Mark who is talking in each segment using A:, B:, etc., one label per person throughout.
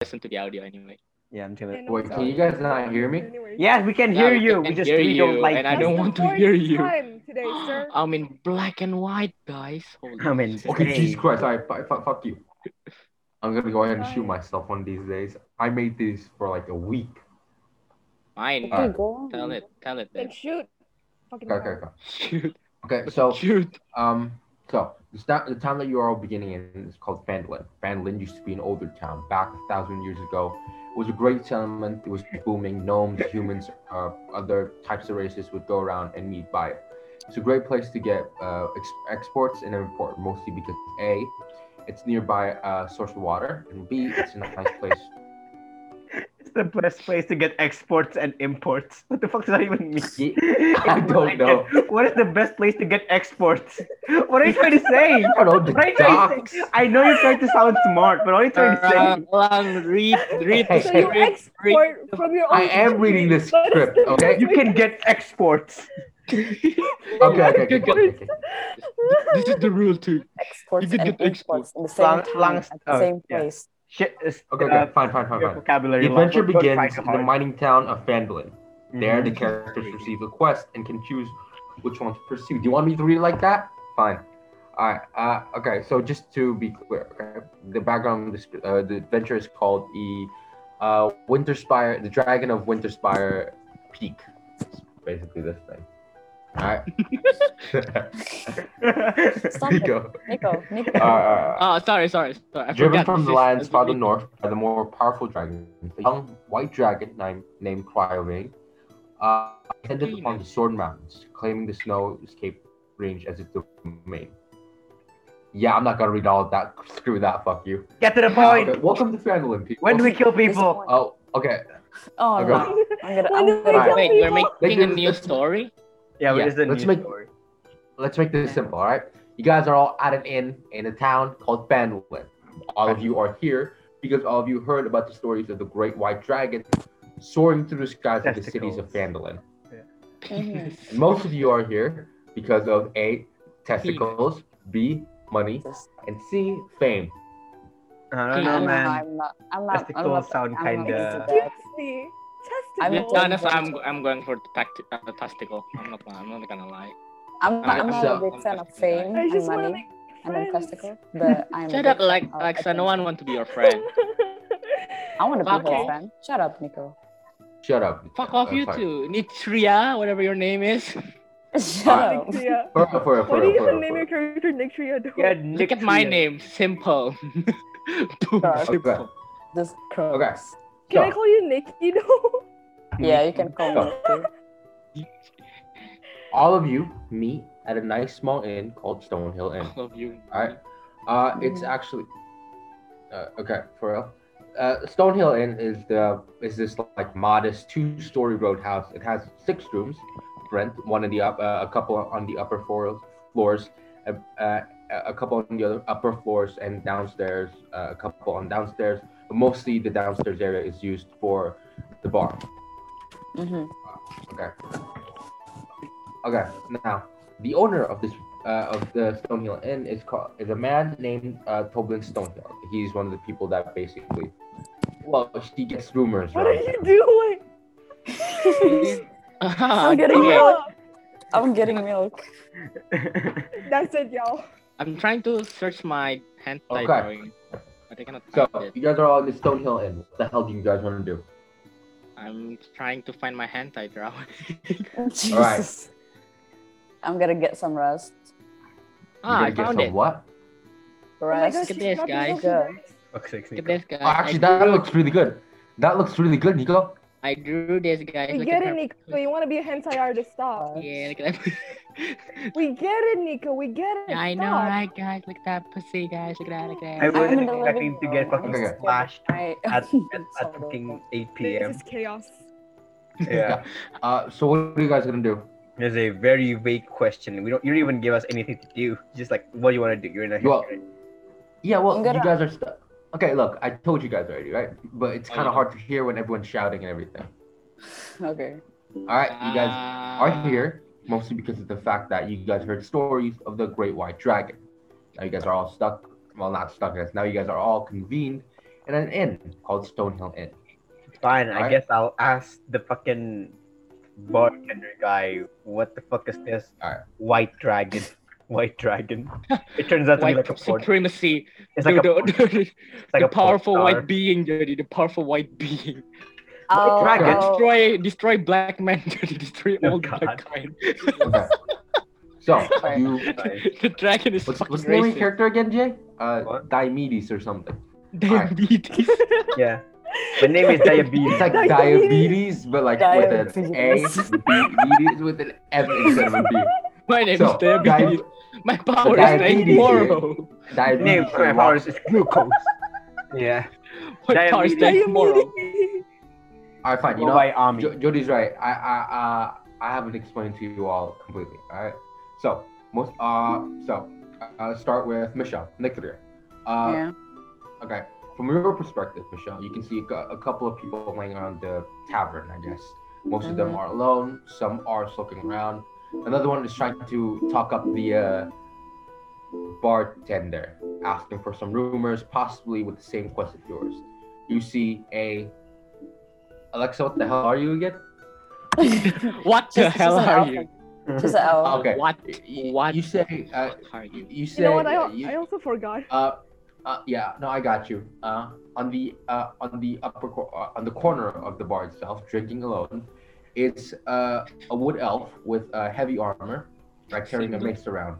A: listen to the audio anyway.
B: Yeah, until it.
C: Wait, can you guys not hear me?
D: Anyways,
B: Yes, we can hear
A: Yeah, we
B: you.
A: can
B: We just
A: hear
B: we
A: you,
B: don't like.
A: and I
B: you.
A: don't
D: it's
A: want to
D: the
A: hear
D: fourth
A: you.
D: Time today, sir.
A: I'm in black and white, guys. Holy
B: I'm in
A: shit.
B: black.
C: Okay,
B: Hey.
C: Jesus Christ, all right, fuck, fuck, fuck you. I'm gonna go ahead and shoot
D: Fine.
C: myself one of these days. I made these for like a week.
A: Mine.
C: Alright.
E: go.
A: Tell it. Tell it
D: Then
A: then.
D: shoot. Fucking
C: Okay, okay, okay.
A: Shoot.
C: Okay, so
A: Shoot.
C: Um, so the, sta- the town that you are all beginning in is called Fandolin. Fandolin used to be an older town back a thousand years ago. It was a great settlement. It was booming. Gnomes, humans, uh, other types of races would go around and meet by it. It's a great place to get uh, ex- exports and import, mostly because A, it's nearby uh, source of water, and B, it's a nice place.
B: It's the best place to get exports and imports. What the fuck does that even mean?
C: Ye- I don't know.
B: What is the best place to get exports? What are you trying to say?
C: I don't know, the
B: What are you trying to
C: docks.
B: say? I know you're trying to sound smart, but what are you trying to
A: Uh,
B: say?
A: Lang, read, read the
C: Hey,
D: So you
A: script. Read-
D: export from your own.
C: I am reading the
D: Oh, What is
C: script,
D: the-
C: okay?
B: You can get exports.
C: Okay, okay, okay, okay, okay.
A: This is the rule too.
E: Exports
A: You could
E: and
A: get exports.
E: imports in the same
B: Lang-
E: time,
B: Lang's-
E: at the
B: oh,
E: same
B: yeah.
E: place.
B: Shit, is-
C: Okay,
B: uh,
C: okay, fine, fine, fine,
B: your
C: fine.
B: vocabulary.
C: The
B: Lang.
C: adventure
B: Don't- don't try
C: begins
B: too
C: in the
B: hard.
C: mining town of Fandolin. There, the
B: Mhm.
C: characters receive a quest and can choose which one to pursue. Do you want me to read it like that? Fine. All right. Uh, okay. So just to be clear, okay, the background, of this, uh, the adventure is called the uh, Winterspire, the Dragon of Winterspire Peak. It's basically this thing. All right.
E: Stop
C: Here you
E: it.
C: go.
E: Nico, Nico.
C: All right, all right, all right.
A: Oh, sorry, sorry, sorry. I
C: Driven
A: forgot
C: from
A: this
C: the
A: is-
C: lands
A: this
C: farther
A: is-
C: north by the more powerful dragon, a young white dragon named, named Cryovane, uh, ascended upon the Sword Mountains, claiming the snow escape range as its domain. Yeah, I'm not gonna read all of that. Screw that. Fuck you.
B: Get to the
C: Okay,
B: point.
C: welcome to Fandolin, people.
B: When do we kill people?
E: Disappoint.
C: Oh, okay.
E: Oh,
C: Okay.
E: no. I'm
D: When
E: gonna. I'm
D: do we
E: gonna
D: kill
A: Wait, we're making a
C: Let's-
A: new
C: let's-
A: story.
B: Yeah,
C: Yeah,
B: what is the
C: let's
B: news
C: make-
B: story?
C: Let's make this simple. All right. You guys are all at an inn in a town called Fandolin. All of you are here because all of you heard about the stories of the Great White Dragon soaring through the skies of the cities of
B: Testicles.
C: Fandolin.
E: Mhm.
C: And most of you are here because of A, testicles, B, money,
E: Just-
C: and C, fame.
B: I
A: Yeah,
B: don't know,
E: I'm not-
B: man.
E: I'm not. I'm not. I'm
B: Testicles
E: not-
B: sound
E: I'm not
B: kinda.
E: into
D: Juicy.
E: I'm
A: To
D: Testicles.
A: be
E: not-
A: honest, I'm I'm going for the tact- uh, the tactical. I'm not gonna, I'm not gonna lie.
E: I'm not, I'm not
C: So-
E: a big fan of fame
D: I
E: and
D: just want to make
E: money and then
D: friends.
E: testicle, but I'm. a
A: Shut
E: big
A: up,
E: fan
A: like
E: of
A: Alexa. No
E: attention.
A: one want to be your friend.
E: I want to be
A: Fuck
E: her
A: off.
E: friend. Shut up, Nico.
C: Shut up.
A: Fuck off,
C: Uh,
A: you
C: sorry.
A: two. Nitria, whatever your name is.
E: Shut up.
D: Nixia.
C: For real, for real, for
D: Why do
C: real,
D: you
C: for
D: even
C: real,
D: name
C: for
D: your
C: real.
D: character Nixia? Don't-
B: Yeah,
A: Look at my
B: Nixia.
A: name. Simple. Boom,
E: Okay.
A: simple.
E: This crow.
C: Okay.
D: Can I
C: So,
D: call you Nikki? No.
E: Yeah, you can call me.
C: So- all of you meet at a nice small inn called Stonehill Inn.
A: All of you.
C: Alright. Uh, it's actually uh, okay for real. Uh, Stonehill Inn is the is this like modest two story roadhouse. It has six rooms, rent one in the up, uh, a couple on the upper floors, floors, uh, uh, a couple on the other upper floors and downstairs, uh, a couple on downstairs. But mostly the downstairs area is used for the bar.
E: hmm
C: Okay. Okay. Now, the owner of this uh, of the Stonehill Inn is called is a man named uh, Toblin Stonehill. He's one of the people that basically, well, he gets rumors.
D: What are
C: right?
D: you doing?
A: Ah,
E: I'm getting
A: okay.
D: Oh,
E: milk. I'm getting milk.
D: That's it, y'all.
A: I'm trying to search my hand
C: Okay.
A: typing, but I cannot
C: So
A: find it.
C: you guys are all in the Stonehill Inn. What the hell do you guys want to do?
A: I'm trying to find my hand typer.
E: Jesus.
C: Alright.
E: I'm gonna get some rest.
A: ah, I
C: You're gonna get
A: found
C: some
A: it.
C: what?
D: Oh
E: Rest.
A: gosh. Look at this, guys.
B: Fuck's sake,
A: Look at
B: Nico.
A: this guy.
C: Oh, actually,
A: I
C: that
A: drew,
C: looks really good. That looks really good, Nico.
A: I drew this guy.
D: We
A: Look
D: get
A: at her.
D: it, Nico. You want to be a hentai artist? Stop.
A: Yeah, look at that.
D: We get it, Nico. We get it.
A: Yeah, I know,
D: Stop.
A: right, guys? Look at that pussy, guys. Look at that. Look
B: I
A: at that.
B: wasn't
E: in the
B: expecting
E: living
B: to get
E: room.
B: fucking
C: Okay, okay.
B: slashed
E: I-
B: at, at, at
E: Sorry.
B: fucking 8 p.m.
D: This is chaos.
B: Yeah,
C: Uh, so what are you guys gonna do?
B: there's a very vague question. We don't. You don't even give us anything to do. Just like, what do you want to do? You're in a
C: Well- Yeah, well,
E: I'm gonna-
C: you guys are stuck. Okay, look, I told you guys already, right? But it's
A: Oh,
C: kind of
A: yeah.
C: hard to hear when everyone's shouting and everything.
E: Okay.
C: All right, you guys
A: guys
C: are here mostly because of the fact that you guys heard stories of the Great White Dragon. Now you guys are all stuck. Well, not stuck. Guys. Now you guys are all convened and an inn called Stonehill Inn.
B: Fine, I
C: Alright.
B: guess I'll ask the fucking bartender guy, what the fuck is this?
C: Alright.
B: White dragon. White dragon. It turns out to
A: White
B: be like a porn.
A: supremacy.
B: It's like a,
A: the,
B: porn-
A: the, the,
B: it's like
A: the
B: a porn
A: powerful
B: star.
A: white being, Jody. The powerful white being.
E: Oh,
B: dragon.
E: oh,
A: Destroy, destroy black man, Jody. Destroy
B: Oh,
A: all
B: God.
A: mankind.
C: Okay. so
E: Sorry.
C: you,
A: the dragon is
C: what's,
A: fucking
C: what's the name of your
A: racist.
C: character again, Jay? Uh,
B: What?
C: Diomedes or something.
A: Diabetes.
B: Yeah. My name is
C: It's
B: Diabetes.
C: like
D: Diomedes.
C: diabetes, but like with an A,
E: Diabetes.
C: diabetes with an F instead of a B.
A: My name
C: So,
A: is Diabetes. My power is
C: diabetes, yeah.
A: tomorrow.
B: My name
C: Diabetes.
B: for my powers is glucose. yeah.
A: My power is
B: Diabetes.
A: tomorrow.
C: All right, fine. You
B: Go
C: know,
B: by army.
C: Jo- Jody's right. I I uh, I haven't explained to you all completely. All right. So most uh so uh, start with Michelle Nicodear. Uh,
E: yeah.
C: Okay. From your perspective, Michelle, you can see a cou- a couple of people laying around the tavern. I guess most of them
E: Mhm.
C: are alone. Some are looking around. Another one is trying to talk up the uh, bartender, asking for some rumors, possibly with the same quest of yours. You see a Alexa. What the hell are you again?
A: What the
E: She's- she's
A: hell
E: an
A: are
E: alpha.
A: you?
B: Uh,
E: She's an elf.
C: Okay.
A: What?
C: Y-
A: What?
C: you say? Uh,
A: What are you?
C: you say?
D: You know what? I,
C: uh, you-
D: I also forgot.
C: uh, uh, yeah, no, I got you. Uh, on the uh, on the upper cor- uh, on the corner of the bar itself, drinking alone, it's uh, a wood elf with uh, heavy armor, right, carrying a
A: Single.
C: mace around.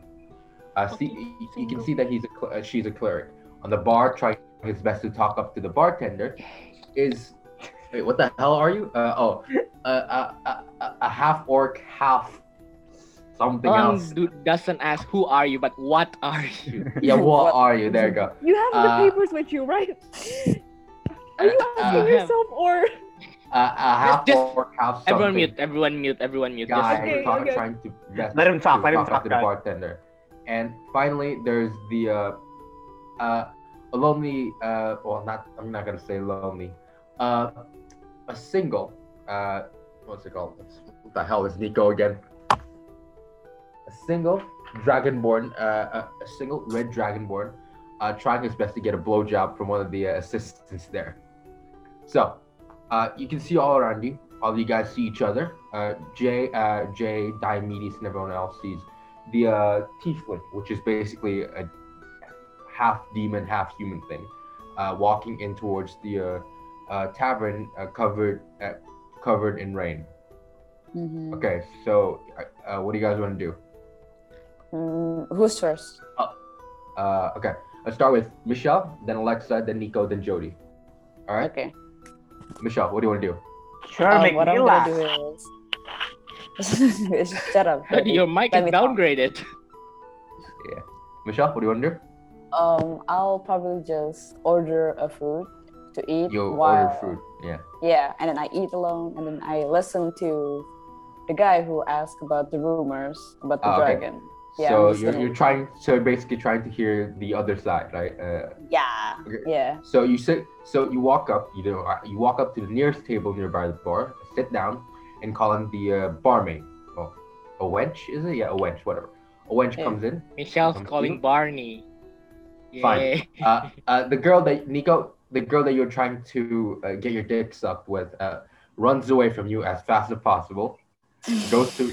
C: Uh,
A: Fucking
C: see, you- you can
A: single.
C: see that he's a cl- uh, she's a cleric. On the bar, trying his best to talk up to the bartender, is wait, what the hell are you? Uh, oh, uh, uh, uh, uh, a half orc, half something
A: One
C: else.
A: dude doesn't ask who are you, but what are you?
C: Yeah, what
E: What-
C: are you? There you go.
D: You have the
C: Uh,
D: papers with you, right? Are you
C: Uh,
A: I
D: asking
A: have-
D: yourself or
C: a, a half
A: Just-
C: orc, half something
A: Everyone mute. Everyone mute. Everyone mute. Just
C: guy
D: Okay,
C: talk-
D: okay.
C: trying to best
B: Let him talk,
C: to
B: let him
C: up
B: talk,
C: to the
B: guys.
C: bartender. And finally, there's the uh, uh, a lonely. Uh, well, not I'm not gonna say lonely. Uh, a single. Uh, what's it called? It's- what the hell is Nico again? A single dragonborn. Uh, a, a single red dragonborn. Uh, trying his best to get a blowjob from one of the uh, assistants there. So, uh, you can see all around you. All of you guys see each other. Uh, Jay, uh, Jay, Diomedes, and everyone else sees the uh, tiefling, which is basically a half demon, half human thing, uh, walking in towards the uh, uh, tavern uh, covered uh, covered in rain.
E: Mhm.
C: Okay, so uh, uh, what do you guys want to do?
E: Mm, who's first?
C: Uh, okay, let's start with Michelle, then Alexa, then Nico, then Jody. All right,
E: Okay.
C: Michelle, what do you want to do?
B: Sure,
E: Uh,
B: make
E: what
B: me
E: I'm
B: laugh.
E: gonna do is shut up.
A: Jody, your mic
E: Let
A: is
E: me talk.
A: downgraded.
C: Michelle, what do you want to do?
E: Um, I'll probably just order a food to eat
C: You
E: while
C: order food. Yeah.
E: yeah, and then I eat alone, and then I listen to the guy who asked about the rumors about the
C: Ah, okay.
E: dragon. Yeah,
C: so
E: I'm just
C: you're,
E: gonna-
C: you're trying so basically trying to hear the other side, right? Uh,
E: Yeah,
C: Okay.
E: yeah.
C: so you sit, so you walk up, you know, uh, you walk up to the nearest table nearby the bar, sit down, and call in the uh, barmaid. Oh, a wench is it? Yeah, a wench, whatever. A wench
E: Yeah.
C: comes in.
A: Michelle's
C: Thank
A: calling
C: you.
A: Barney.
C: Fine.
A: Yeah.
C: Uh, uh, the girl that Nico, the girl that you're trying to uh, get your dick sucked with, uh, runs away from you as fast as possible. Goes to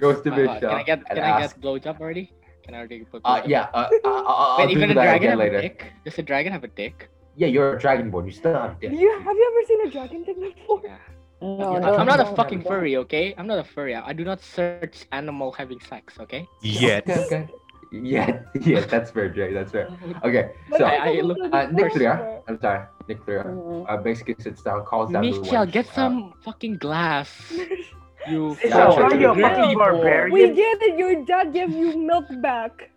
C: goes to
A: Uh,
C: Michelle.
A: can I get
C: and
A: can I
C: asks,
A: get blowjob already? Can I already put?
C: Uh,
A: blowjob?
C: yeah, uh, I- I'll, I'll
A: Wait,
C: do
A: even a
C: that
A: dragon
C: again
A: have
C: later.
A: a dick? Does a dragon have a dick?
C: Yeah, you're a dragonborn. You still have
D: do
C: dick.
D: you have you ever seen a dragon thing before?
A: Yeah.
E: No,
C: Yeah.
E: don't-
A: I'm not a
E: don't-
A: fucking
E: don't.
A: furry, okay? I'm not a furry. I I do not search animal having sex, okay?
F: Yet.
C: Okay, okay. Yeah, yeah, that's fair, Jay. That's fair. Okay,
D: But
C: so
A: I-
D: it's
A: I
D: also
A: look-
D: the
C: uh, Nick
D: first
C: Furia,
D: one.
C: I'm sorry, Nick Furia,
B: Oh.
E: Mhm.
C: uh, basically sits down, calls down. the
A: Michelle,
C: wench,
A: get
C: uh,
A: some fucking glass. You
B: It's
C: Yeah,
B: a-
C: sure,
B: are you a
D: sure.
B: fucking
A: People.
B: barbarian?
D: We get it. Your dad gave you milk back.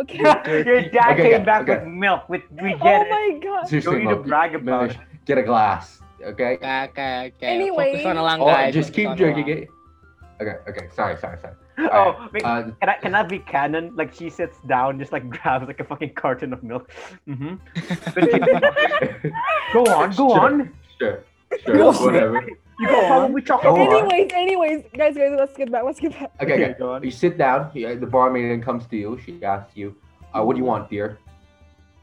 D: Okay.
B: Your dad
C: Okay,
B: came
C: guys,
B: back with
C: okay.
B: milk. With we
D: Oh
B: get it.
D: my
B: Don't
D: god.
C: seriously,
B: need to
C: Mom,
B: brag about
C: Mish, get a glass, okay?
A: Okay, okay, okay.
D: Anyway.
A: Focus on a lang,
C: Oh,
A: guys.
C: just keep
A: Focus on a
C: drinking
A: lang.
C: it. Okay, okay, sorry, sorry, sorry.
B: Oh, wait,
C: Uh,
B: can I can that be canon? Like she sits down, just like grabs like a fucking carton of milk. hmm go on, go on.
C: sure, sure,
E: Go on.
C: whatever.
B: You got probably chocolate.
C: Go on.
D: Anyways, anyways, guys, guys, let's get back. Let's get back.
C: Okay, okay.
B: go on.
C: "Uh, You sit down, yeah, the barmaid then comes to you. She asks you, uh, what do you want, dear?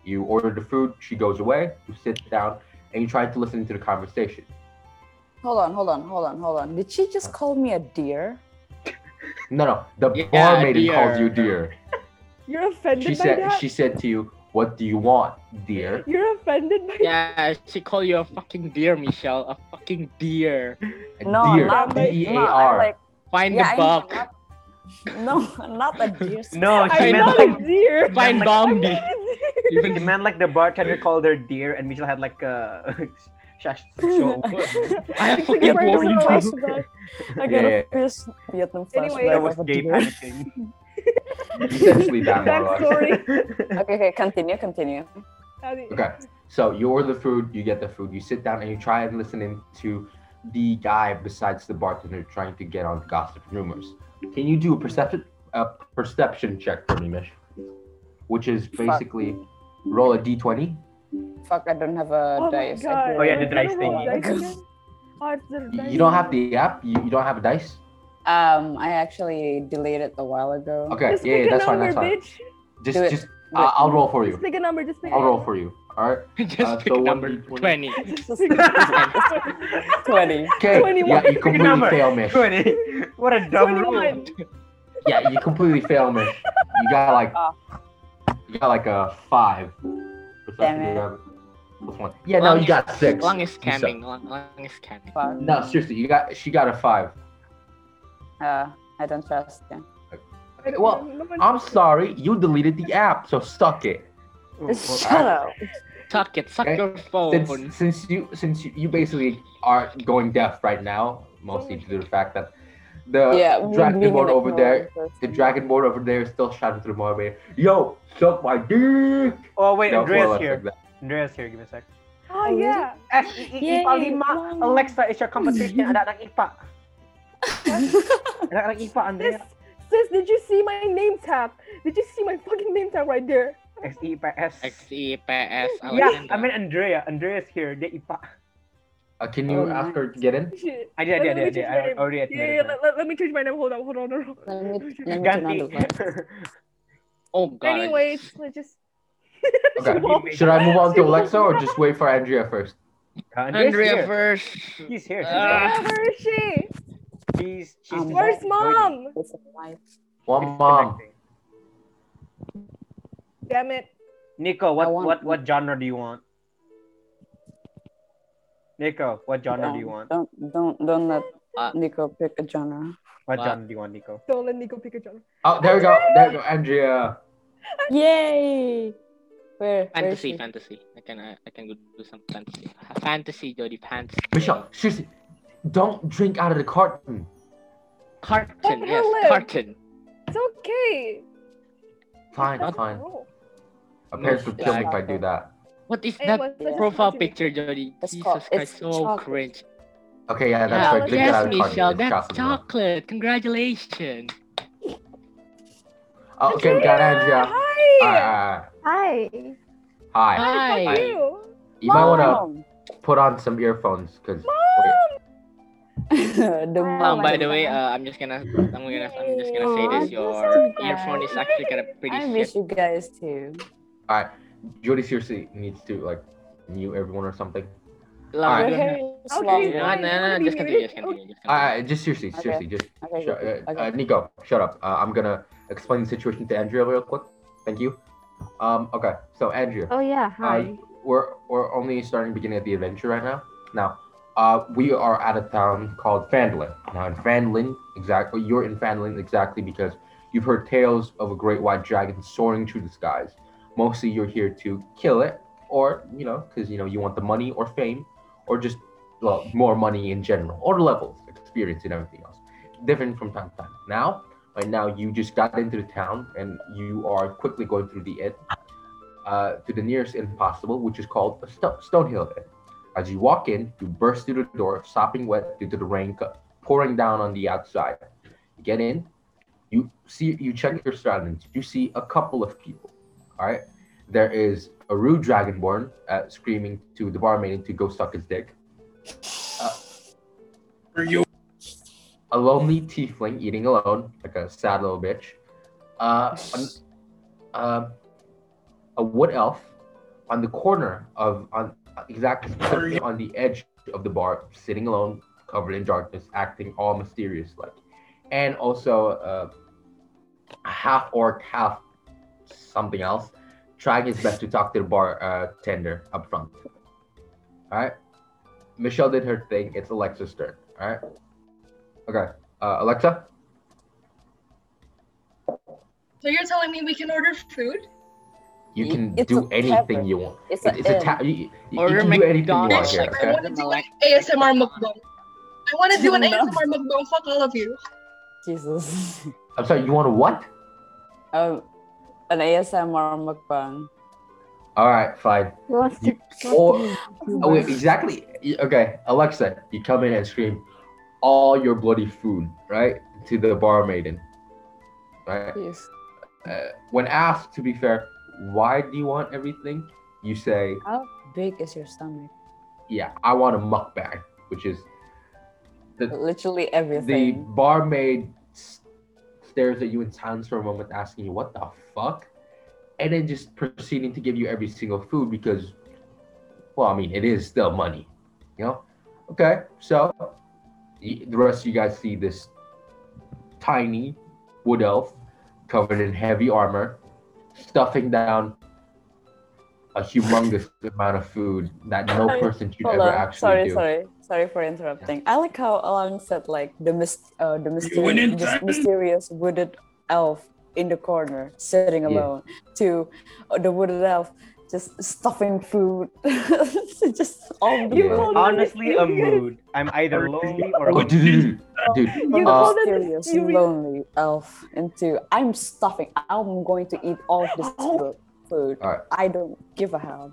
C: You order the food, she goes away, you sit down, and you try to listen to the conversation.
E: Hold on, hold on, hold on, hold on. Did she just call me a deer?
C: No, no, the
A: Yeah,
C: barmaid called
A: dear.
C: you dear.
D: You're offended
C: She
D: by
C: said
D: that?
C: she said to you, "What do you want, dear?"
D: You're offended by
A: Yeah, she called you a fucking deer, Michelle. A fucking deer.
C: And
E: No,
C: dear,
E: not
C: D
E: a
C: E A
E: no, I'm
C: R.
E: like,
A: Find
E: yeah,
A: the
E: I'm
A: buck.
E: not- No, I'm not a deer.
B: No,
D: that?
B: she
D: I'm
B: meant
D: not
B: like
D: a deer.
A: Find
D: I'm
A: Bambi.
D: not a deer.
B: she
A: Even
B: meant like the bartender called her dear, and Michelle had like a shash show.
A: I have
D: She
A: fucking
D: brings
A: war
D: a
A: you too.
D: flashback.
E: I got
C: Yeah,
E: a fierce Vietnam
B: that
D: Anyway.
E: flashback
D: That
B: was
E: of a
B: gay
E: deer.
B: panicking.
C: Essentially that more or less.
D: Backstory.
E: Okay, okay, continue, continue.
C: Okay. So you order the food, you get the food, you sit down and you try and listen in to the guy besides the bartender trying to get on gossip rumors. Can you do a perception a perception check for me, Mish? Which is basically roll a d20.
E: Fuck, I don't have a
D: Oh my
E: dice. I
D: god.
E: do-
B: Oh, yeah, the
D: Can I
B: dice
D: roll
B: thingy.
D: dice again? Oh, it's the
C: You,
D: dice.
C: you don't have the app, you, you don't have a dice?
E: Um, I actually deleted a while ago.
C: Okay,
D: Just
C: yeah,
D: pick
C: yeah,
D: a
C: that's fine,
D: number,
C: that's fine.
D: bitch.
C: Just
E: Do it.
C: just
E: Do it.
C: I'll I'll roll for you.
D: Just pick a number. Just pick.
C: I'll roll for you. All right.
A: Just
C: Uh,
A: pick a
C: so one
A: number
C: D20.
A: 20.
E: Twenty.
C: Okay. Yeah,
D: 21.
C: you completely
B: Number.
C: fail, Mish.
B: Twenty. What a dumb rule.
D: 21.
C: Yeah, you completely fail, Mish. You got like
E: Ah.
C: you got like a five. Plus
E: Damn
C: that's
E: it.
C: eleven. Plus one. Yeah, no, you got six.
A: Long is
C: You suck.
A: scamming. Long, long is scamming.
E: Fuck.
C: No, seriously, you got she got a five.
E: Uh, I don't trust him.
C: Okay, well, I'm sorry, you deleted the app, so suck it.
B: Oh,
E: Shut up.
A: Suck it. Suck
C: Okay.
A: your phone.
C: Since since you since you, you basically are going deaf right now, mostly due to the fact that the
E: Yeah, we-
C: dragon
E: being
C: board
E: an
C: over there,
E: ignorant
C: the
E: person.
C: dragon board over there is still shouting to the barmaid, "Yo, suck my dick!"
B: Oh wait,
C: No, more or
B: Andrea's
C: less
B: here.
C: like that.
B: Andrea's here. Give me a sec. Eh,
D: Oh yeah.
B: S I I- IPA lima. Alexa is your competition. Anak-anak IPA. Anak-anak IPA,
D: Sis,
B: Andrea.
D: sis, did you see my name tag? Did you see my fucking name tag right there?
B: S E P S.
A: XEPS.
B: Yeah, I mean Andrea. Andrea's here. Dia IPA.
C: Uh, can you
E: Oh,
C: ask her to get in?
D: Shit.
B: I did, I
D: Let-
B: did, I
D: let
B: did.
D: me change my
B: I
D: name.
B: already
D: Yeah, yeah,
B: admitted
D: let, let, let me change my name. Hold on, hold on. Hold on.
E: Let me,
D: Okay.
E: let me turn on
B: Ganti.
E: the lights.
A: oh god.
D: Anyways, let's just.
C: Okay.
D: Well,
C: Should I move on to Alexa or just wait for Andrea first?
B: Andrea's
A: Andrea
B: here.
A: first.
B: She's here. She's
A: Ah.
B: here.
D: Where is she?
B: She's she's.
E: Um,
D: Where's mom?
E: It's a light.
C: One mom.
D: Damn it.
B: Nico, what
E: I want-
B: what what genre do you want? Nico, what genre do you want?
E: Don't don't don't let
A: Uh,
E: Nico pick a genre.
B: What
A: uh,
B: genre do you want, Nico?
D: Don't let Nico pick a genre.
C: Oh, there we go. There we go, Andrea.
E: Yay! Where? where is
A: Fantasy,
E: she?
A: fantasy. I can, I, I can go do some fantasy. Fantasy, Jody, fantasy.
C: Michelle, seriously, don't drink out of the carton.
A: Carton,
D: What the
A: yes,
D: hell is-
A: carton.
D: It's okay.
C: Fine,
A: Not-
C: fine.
D: Oh.
C: My parents would kill me if I do that.
A: What is
D: Hey,
A: that
D: let's- let's
A: profile
D: continue.
A: picture, Jody?
E: It's
A: Jesus
E: called-
A: Christ,
E: it's
A: so
E: chocolate.
A: cringe.
C: Okay, yeah, that's
A: Yeah,
C: right.
A: yes,
C: Drink it out of the carton.
A: Michelle,
C: It's
A: that's
C: chocolate. milk.
A: chocolate. Congratulations.
C: Oh, okay, we got Andrea. All
D: Hi.
C: right, all right,
F: Hi.
C: all right. Hi.
A: Hi.
D: Hi. Fuck you.
C: You might want
E: Mom!
C: to put on some earphones because
E: Oh, the
A: Um,
E: mom.
A: by the way, uh, I'm just gonna, I'm gonna, I'm just gonna say
E: Aw,
A: this.
E: that's
A: Your
E: so bad.
A: earphone is actually kind of pretty
E: I
A: shit.
E: miss you guys too.
C: Jody seriously needs to like mute everyone or something.
A: Love
E: Your
C: Alright.
A: you.
E: hair is
D: Okay.
E: long.
A: No, no, no, no, just continue, just continue, just
C: All
A: continue.
C: right, just seriously,
E: Okay.
C: seriously, just
E: Okay.
C: Sh- uh,
E: Okay.
C: uh, Nico, shut up. Uh, I'm gonna explain the situation to Andrea real quick. Thank you. Um, okay, so Andrea,
F: Oh yeah,
C: uh,
F: hi.
C: we're we're only starting beginning of the adventure right now. Now, uh, we are at a town called Fandolin. Now, in Fandolin, exactly, you're in Fandolin exactly because you've heard tales of a great white dragon soaring through the skies. Mostly, you're here to kill it, or you know, because you know you want the money or fame, or just well, more money in general, or levels, experience, and everything else. Different from time to time. Now, right now, you just got into the town and you are quickly going through the inn uh, to the nearest inn possible, which is called a Sto- Stonehill Inn. As you walk in, you burst through the door, sopping wet due to the rain cu- pouring down on the outside. You get in, you see, you check your surroundings. You see a couple of people. All right, there is a rude dragonborn uh, screaming to the barmaid to go suck his dick. a lonely tiefling eating alone, like a sad uh, little bitch. Uh, an- um, a wood elf on the corner of on exactly specifically on the edge of the bar, sitting alone, covered in darkness, acting all mysterious like, and also uh, a half orc, half something else, trying his best to talk to the bar uh, tender up front. All right, Michelle did her thing. It's Alexa's turn. All right, okay, uh, Alexa.
F: So you're telling me we can order food?
C: You
E: Y-
C: can
E: it's
C: do
E: a
C: anything
E: tavern.
C: you want.
E: It's
C: It-
E: a,
C: it's a
E: inn.
C: ta- you, you, you
A: Order
C: can do anything you want
A: McDonald's
C: here.
F: Actually, I
A: okay.
F: want to do like
A: Like-
F: ASMR mukbang. I want to do an
E: No.
F: ASMR mukbang. Fuck all of you.
E: Jesus.
C: I'm sorry, you want a what?
E: um, an ASMR mukbang.
C: All right, fine.
D: Wants to-
C: Or-
D: wants to-
C: Oh, wait, exactly. Y- Okay, Alexa, you come in and scream all your bloody food, right? To the barmaiden, right?
E: Yes.
C: Uh, when asked, to be fair, why do you want everything? You say,
E: How big is your stomach?
C: yeah, I want a mukbang, which is
E: Literally
C: the
E: everything.
C: barmaid s- stares at you in silence for a moment, asking you, "What the fuck?" and then just proceeding to give you every single food because, well, I mean, it is still money, you know. Okay, so y- the rest of you guys see this tiny wood elf covered in heavy armor, stuffing down a humongous amount of food that no
E: Sorry,
C: person should
E: Hold
C: ever
E: on.
C: actually
E: Sorry,
C: do.
E: sorry, sorry for interrupting. I like how Alan said like the mys- uh, the
A: went
E: mysterious,
A: in
E: just
A: second.
E: mysterious wooded elf in the corner sitting
C: Yeah.
E: alone. To uh, the wooded elf just stuffing food, just all the
C: You
E: food.
D: called it
B: Honestly, a
D: mysterious.
B: mood. I'm either lonely or
C: Oh, dude, dude, dude, dude,
D: You
C: Uh,
D: called it
E: mysterious,
D: mysterious.
E: lonely elf into I'm stuffing. I'm going to eat all of this
D: Ow.
E: food. food.
C: Alright.
E: I don't give a hell.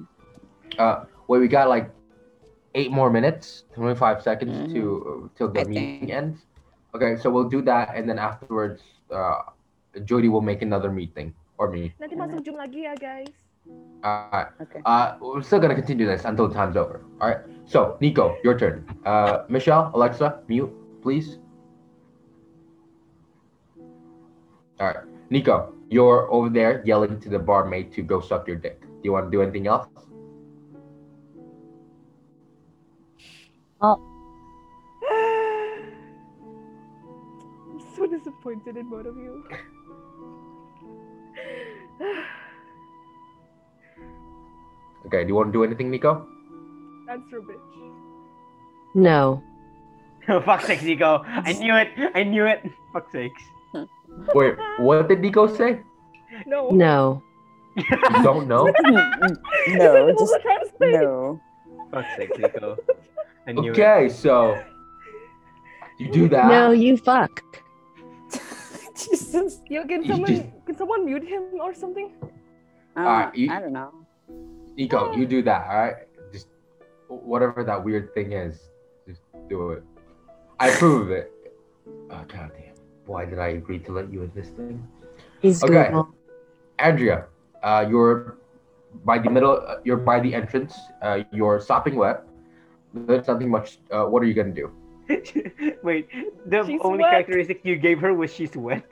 C: uh wait we got like eight more minutes 25 seconds
E: Mhm.
C: to uh, till the
E: I
C: meeting
E: think.
C: ends okay so we'll do that and then afterwards uh jody will make another meeting or me
D: Nanti masuk Zoom lagi ya guys.
C: all right
E: Okay.
C: uh we're still gonna continue this until time's over all right so nico your turn uh michelle alexa mute please all right nico you're over there yelling to the barmaid to go suck your dick do you want to do anything else
D: I'm so disappointed in both of you.
C: okay do you want to do anything nico
D: Answer, bitch.
G: No.
B: Fuck sakes, Nico. I knew it. I knew it. Fuck sakes.
C: Wait, what did Nico say?
D: No.
G: No.
C: You don't know?
E: Mm-hmm. no,
D: That's what
E: just
D: I'm trying to say.
E: no.
B: Fuck sakes, Nico. I knew it.
C: okay, so you do that.
G: No, you fuck.
E: Jesus.
D: Yeah, can
C: You
D: someone
C: just-
D: can someone mute him or something?
E: I don't,
C: Alright, you-
E: I don't know.
C: Nico, you do that, all right? Just whatever that weird thing is, just do it. I approve of it. Oh, God damn. Why did I agree to let you in this thing?
G: He's
C: Okay.
G: Google.
C: Andrea, uh, you're by the middle, uh, you're by the entrance, uh, you're sopping wet. There's nothing much. Uh, what are you going to do?
B: Wait, the
D: She's
B: only
D: wet.
B: characteristic you gave her was she's wet.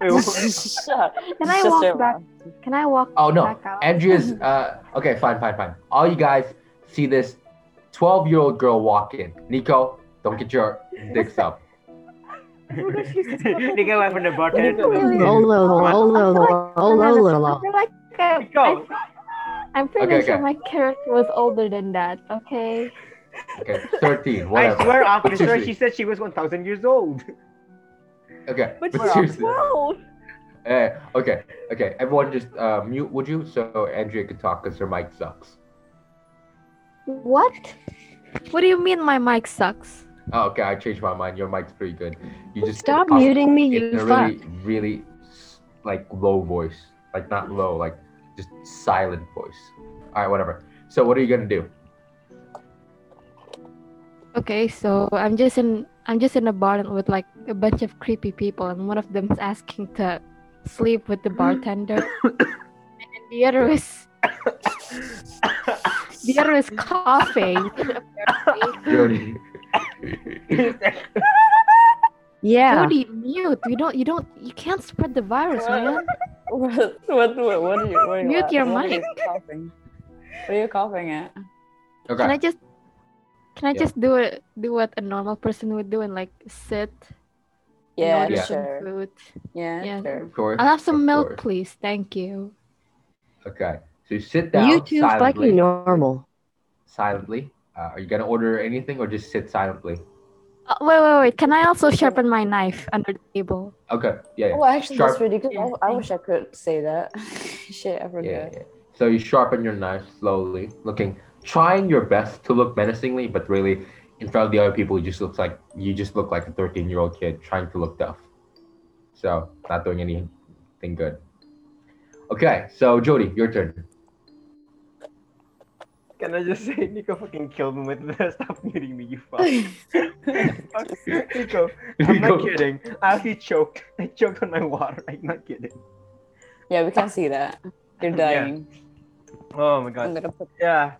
B: Wait, what?
E: Shut
H: Can I
E: Just
H: walk
E: your-
H: back? Can I walk
C: Oh, no.
H: back out?
C: Andrea's uh okay, fine, fine, fine. All you guys see this twelve year old girl walk in. Nico, don't get your dicks up.
D: I forgot she's
B: Nico went from the bartender to
H: Really?
G: Oh,
B: the
G: lo,
H: I
G: lo, lo,
H: feel
G: lo,
H: like-
G: lo, lo, lo,
H: I
G: lo.
H: feel like I,
B: Go.
H: I, am pretty
C: Okay,
H: sure
C: okay.
H: my character was older than that. Okay.
C: Okay, thirteen,
B: I
C: whatever.
B: swear, officer,
C: seriously.
B: she said she was 1,000 years old.
C: Okay,
D: But
C: but
D: she's
C: seriously.
D: twelve.
C: eh, okay, okay. Everyone just uh, mute, would you? So Andrea could talk because her mic sucks.
H: What? What do you mean my mic sucks?
C: Oh, okay, I changed my mind. Your mic's pretty good. You just
G: Stop
C: talk
G: muting me,
C: in
G: you
C: a
G: fuck.
C: really, really s- like low voice, like not low, like just silent voice. All right, whatever. So what are you gonna do?
H: Okay, so I'm just in I'm just in a bar with like a bunch of creepy people, and one of them's asking to sleep with the bartender, and then the other is the other is coughing. apparently.
C: Jody.
G: Yeah.
H: Jody, mute. You don't. You don't. You can't spread the virus, man.
E: What? What? What, what are you? What are you
H: Mute
E: at?
H: your
E: what Are
H: mic.
E: you coughing? What are you coughing at?
C: Okay.
H: Can I just can I
C: Yeah.
H: just do it do what a normal person would do and like sit and
E: Yeah,
H: order
C: Yeah.
H: some
E: sure.
H: food?
E: Yeah,
H: Yeah.
E: sure.
C: Of course.
H: I'll have
C: of
H: some milk,
C: course.
H: please. Thank you.
C: Okay. So you sit down
G: YouTube's like
C: silently.
G: normal.
C: silently. Uh, are you gonna order anything or just sit silently?
H: Uh, wait, wait, wait. Can I also sharpen my knife under the table?
C: Okay. Yeah. yeah.
E: Oh, actually,
C: Sharp.
E: that's really good. I, I wish I could say that. Shit, I forgot.
C: Yeah, yeah. So you sharpen your knife slowly, looking, trying your best to look menacingly, but really, in front of the other people, you just look like you just look like a thirteen-year-old kid trying to look tough. So not doing anything good. Okay, so Jody, your turn.
B: Can I just say Nico fucking killed me with the stop muting me, you fuck. Nico, I'm not kidding. I actually choked. I choked on my water. I'm not kidding.
E: Yeah, we can see that. You're
B: Yeah.
E: dying.
B: Oh my
E: I'm
B: god.
E: gonna put
B: Yeah.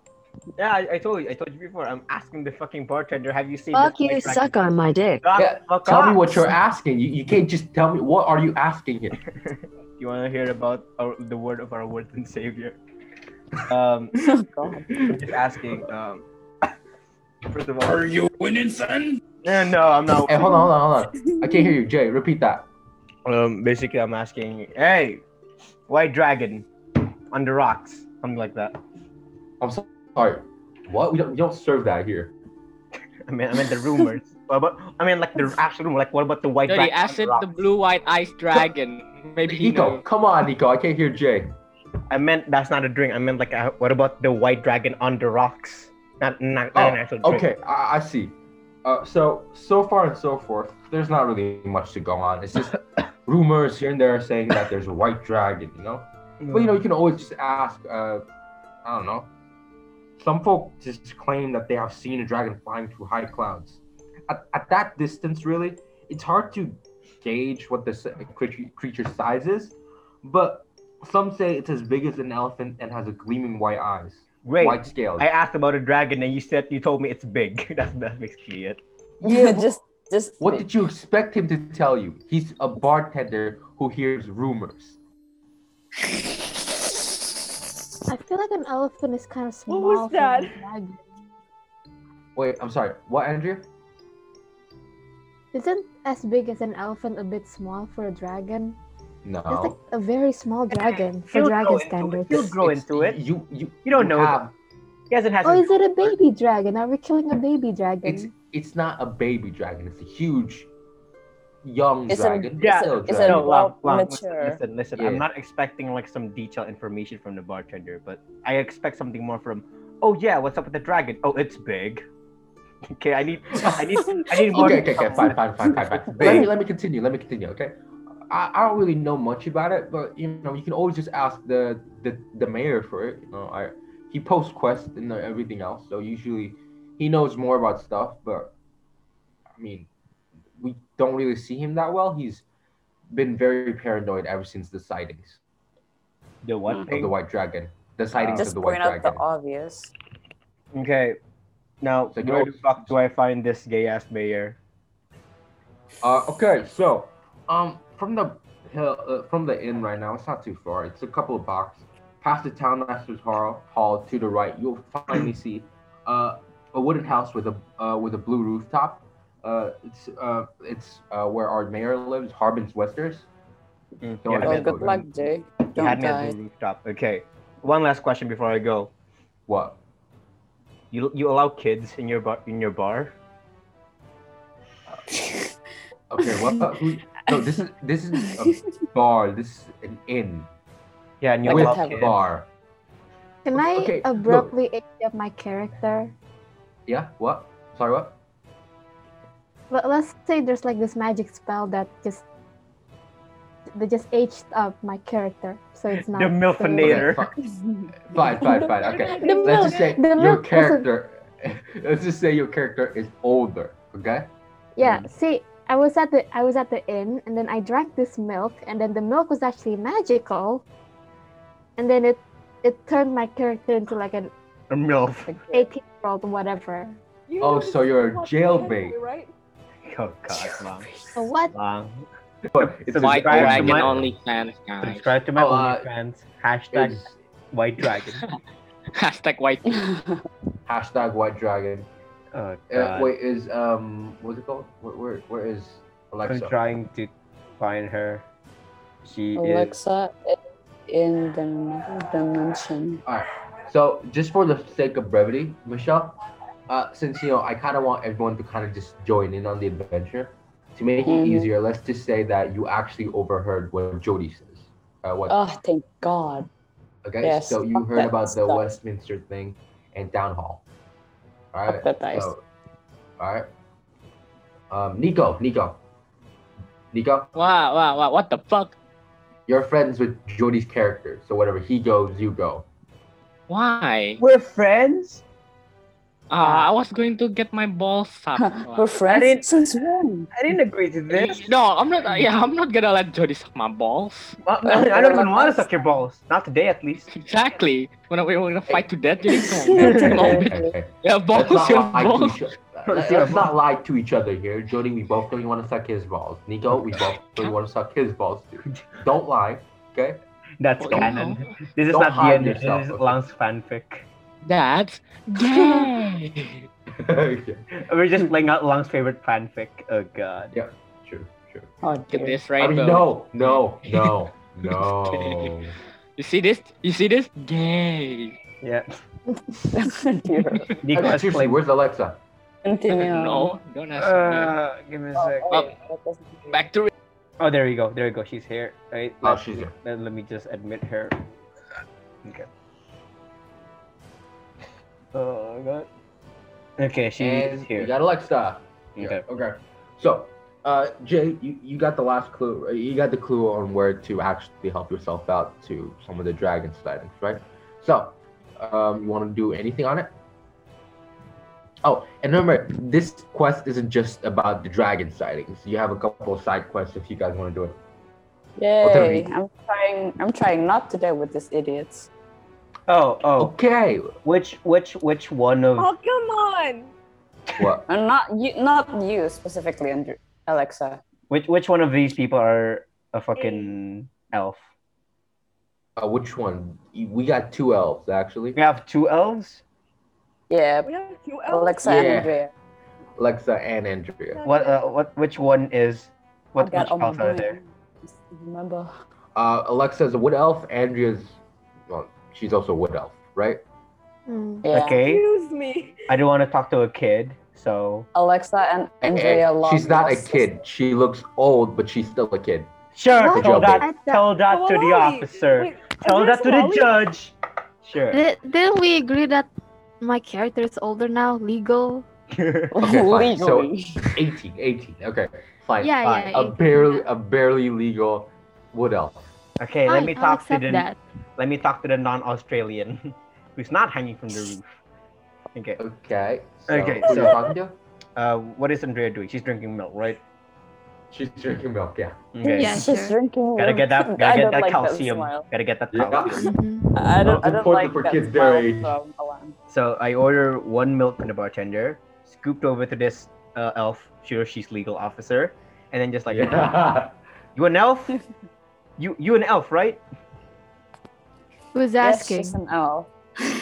B: Yeah, I, I told you. I told you before. I'm asking the fucking bartender, have you seen
G: Fuck
B: this
G: you,
B: mic rack?"
G: suck on my dick.
B: Ah,
C: Yeah,
B: fuck
C: Tell me
B: off.
C: what you're asking. You, you can't just tell me what are you asking here.
B: You want to hear about our, the word of our word and savior? Um,
E: oh, God.
B: just asking. Um, first of all,
I: you winning, son?
B: no, no, I'm not.
C: Hey, hold on, hold on, hold on. I can't hear you, Jay. Repeat that.
B: Um, basically, I'm asking, hey, white dragon on the rocks, something like that.
C: I'm so- sorry. What? We don't, we don't serve that here.
B: I mean, I mean the rumors. what about? I mean, like the actual rumor. Like, what about the white
A: No,
B: dragon?
A: they
B: on
A: asked it
B: the
A: the
B: rocks?
A: blue white ice dragon. Maybe he
C: Nico,
A: knows.
C: come on, Nico. I can't hear Jay.
B: I meant that's not a drink. I meant like, uh, what about the white dragon on the rocks? Not, not, not an actual drink.
C: Oh, Okay, I, I see. Uh, so so far and so forth, there's not really much to go on. It's just rumors here and there saying that there's a white dragon, you know. But
B: Mm.
C: you know, you can always just ask. Uh, I don't know. Some folk just claim that they have seen a dragon flying through high clouds. At, at that distance, really, it's hard to gauge what this uh, creature, creature size is. But some say it's as big as an elephant and has a gleaming white eyes,
B: Great.
C: white scales.
B: I asked about a dragon, and you said you told me it's big. that's that's basically it.
E: Yeah, just, just.
C: What did you expect him to tell you? He's a bartender who hears rumors.
H: I feel like an elephant is kind of small.
D: What was small for that? a
C: Wait, I'm sorry. What, Andrea?
H: Isn't as big as an elephant a bit small for a dragon? That's like
C: No.
H: a very small dragon for
B: He'll
H: dragon
B: grow into it.
H: standards.
B: He'll grow
C: It's-
B: into it.
C: You you
B: You don't know
C: have-
B: He hasn't had.
H: Oh, is it a baby dragon? Are we killing a baby dragon?
C: It's it's not a baby dragon. It's a huge, young
E: It's a-
C: dragon.
B: Yeah,
C: still
E: it's a-
C: dragon.
B: no, Lam,
E: well,
B: Lam,
E: mature.
B: Listen, listen. listen.
C: Yeah.
B: I'm not expecting like some detailed information from the bartender, but I expect something more from. Oh yeah, what's up with the dragon? Oh, it's big. Okay, I need, I need, I need more.
C: okay, okay, okay, fine, fine, fine, fine, fine. Let me
B: Big.
C: let me continue. Let me continue. Okay, I, I don't really know much about it, but you know you can always just ask the the, the mayor for it. You know, I he posts quests and everything else, so usually he knows more about stuff. But I mean, we don't really see him that well. He's been very paranoid ever since the sightings
B: The what?
C: of the
B: Thing?
C: White Dragon. The sightings
E: Just
C: of the White
E: point out the
C: Dragon.
E: obvious.
B: Okay. Now,
C: So you
B: where
C: know-
B: the fuck do I find this gay ass mayor?
C: Uh, okay, so um, from the hill, uh, from the inn right now, it's not too far. It's a couple of blocks past the townmaster's hall. Hall to the right, you'll finally see uh, a wooden house with a uh, with a blue rooftop. Uh, it's uh, it's uh, where our mayor lives, Harbin's Westers.
B: Mm, yeah,
C: Don't worry
E: Oh,
B: I
C: about
B: meant-
E: good luck, Jay.
B: you had
E: Don't
B: me at
E: die.
B: the rooftop. Okay. One last question before I go.
C: What?
B: You you allow kids in your bar in your bar?
C: Okay, what? Who, no, this is this is a bar. This is an inn
B: Yeah, and you
E: Like a
B: allow
E: tavern.
B: kids.
C: bar.
H: Can I
C: okay, look.
H: abruptly age up my character?
C: Yeah. What? Sorry, what?
H: Let- Let's say there's like this magic spell that just that just aged up my character, so it's not
B: The milfinator.
C: Okay, Fine, fine, fine. Okay. Let's just say
H: The
C: your
H: milk wasn't-
C: character. Let's just say your character is older. Okay.
H: Yeah. See, I was at the I was at the inn, and then I drank this milk, and then the milk was actually magical, and then it it turned my character into like an
B: A milf.
H: eighteen year old whatever.
D: You
C: Oh,
D: know
C: so
D: this
C: you're a
D: is called
C: jailbait.
D: Playboy, Right?
B: Oh god, mom.
H: So what?
B: Mom.
C: But it's
A: White
B: subscribe to
A: dragon
B: my-
A: only fans, guys.
B: Subscribe to my
C: Oh, uh,
B: OnlyFans. Hashtag
C: it's
B: White Dragon.
A: Hashtag white.
C: hashtag White Dragon.
B: Oh god.
C: Uh, wait, is um, what's it called? Where, where, where is
B: I'm
C: Alexa?
B: trying to find her. She is.
E: Alexa is in the another dimension.
C: So just for the sake of brevity, Michelle, uh, since you know I kind of want everyone to kind of just join in on the adventure, to make
E: Mhm.
C: it easier, let's just say that you actually overheard what Jody says. Uh, what?
E: Oh, thank God.
C: okay,
E: yes,
C: so you
E: fuck
C: heard
E: that
C: about the
E: stuff.
C: Westminster thing and town hall. All right. Oh.
E: Appetized.
C: So, all right. Um, Nico, Nico, Nico,
A: Wow, wow, wow. What the fuck?
C: you're friends with Jody's character, so whatever he goes, you go.
A: Why?
I: We're friends?
A: Ah, I was going to get my balls sucked.
E: We're friends
I: didn't-
E: since when?
I: I didn't agree to this.
A: No, I'm not. Yeah, I'm not gonna let Jody suck my balls.
B: Well, I don't even want to suck your balls. Not today, at least.
A: Exactly. When we were gonna fight to death, Jody. No.
E: Not
C: Okay.
A: Yeah, balls,
C: Let's not
A: your
C: lie to
A: balls.
C: each other. Let- Let's not lie to each other here. Jody, we both know you want to suck his balls. Nico, we both know you want to suck his balls, dude. Don't lie, okay?
B: That's
A: Oh,
B: canon.
A: no.
B: This is
C: Don't
B: not the
C: hide
B: end. This
C: yourself,
B: is
C: okay?
B: Lance fanfic.
A: That's gay.
C: Okay,
B: We're just playing out Lance favorite fanfic. Oh god.
C: True, true.
E: Oh,
A: Look at
E: dear.
A: this right
C: I mean, no, no, no, no.
A: You see this? You see this? Gay.
B: Yeah.
E: Dear.
B: Nico
C: Okay,
B: has
C: seriously,
B: played.
C: where's Alexa?
B: Oh,
E: Continue.
A: No, don't ask me.
B: Uh, give me a
E: Oh,
B: sec.
E: wait, that doesn't-
A: Back to re-
B: Oh, there we go. There we go. She's here. Right.
C: Oh,
B: let-
C: she's here.
B: Let, let me just admit her. Okay. Oh god. Okay, she's
C: And
B: here.
C: we got Alexa.
B: okay.
C: Yeah, okay. So, uh, Jay, you, you got the last clue. uh, You got the clue on where to actually help yourself out to some of the dragon sightings, right? So, um, you want to do anything on it? Oh, and remember, this quest isn't just about the dragon sightings. You have a couple of side quests if you guys want to do it.
E: Yay! I'm trying. I'm trying not to deal with these idiots.
B: Oh, oh.
C: Okay.
B: Which which which one of
D: Oh come on!
C: What?
E: And not you, not you specifically, Andrew, Alexa.
B: which which one of these people are a fucking elf?
C: Uh, which one? You- We got two elves actually.
B: We have two elves.
E: Yeah,
D: We have two elves.
E: Alexa and
C: Yeah.
E: Andrea.
C: Alexa and Andrea.
B: What uh, what which one is what
E: I've got
B: which
E: all my
B: elves are
E: brain.
B: there?
E: Remember?
C: Uh, Alexa's a wood elf. Andrea's, well, she's also a wood elf, right?
H: Mm.
E: Yeah.
B: Okay.
D: Excuse me.
B: I don't want to talk to a kid, so
E: Alexa and
C: And-
E: Andrea.
C: and
E: long
C: she's not a
E: lost
C: kid. She looks old, but she's still a kid.
B: sure.
C: What?
B: Tell that
I: At the-
B: tell that to the
D: Kawali.
B: officer.
D: Wait,
B: tell
D: there's
B: that to the
D: Kawali?
B: judge. Sure.
H: Th- Didn't we agree that my character is older now, legal?
C: Okay, fine. So-
E: Legally.
C: 18, 18. Okay, fine.
H: Yeah,
C: fine. a
H: yeah, 18,
C: barely,
H: yeah.
C: a barely legal wood elf.
B: okay, let
H: Fine,
B: me
H: I'll
B: talk to
H: accept
B: the
H: that.
B: let me talk to the non-Australian who's not hanging from the roof. Okay.
C: Okay.
B: Okay,
C: who
B: so-
C: you talking to?
B: Uh, what is Andrea doing? She's drinking milk, right?
C: She's drinking milk. Yeah.
B: Okay.
H: Yeah,
E: She's
H: sure.
E: drinking.
B: Gotta get that.
E: milk.
B: Gotta
E: I
B: get
E: don't
B: that
E: like
B: calcium.
E: smile.
B: gotta get that
C: Yeah.
B: calcium.
H: Mhm.
E: I don't.
C: Not
E: I don't
C: important
E: like
C: for
E: that
C: kids
E: smile
C: their age.
E: from Alan.
B: So I order one milk from the bartender, scooped over to this uh, elf, sure she's legal officer, and then just like,
C: yeah.
B: you an elf? you you an elf, right?
H: Who's
E: Yes,
H: asking?
E: she's an elf.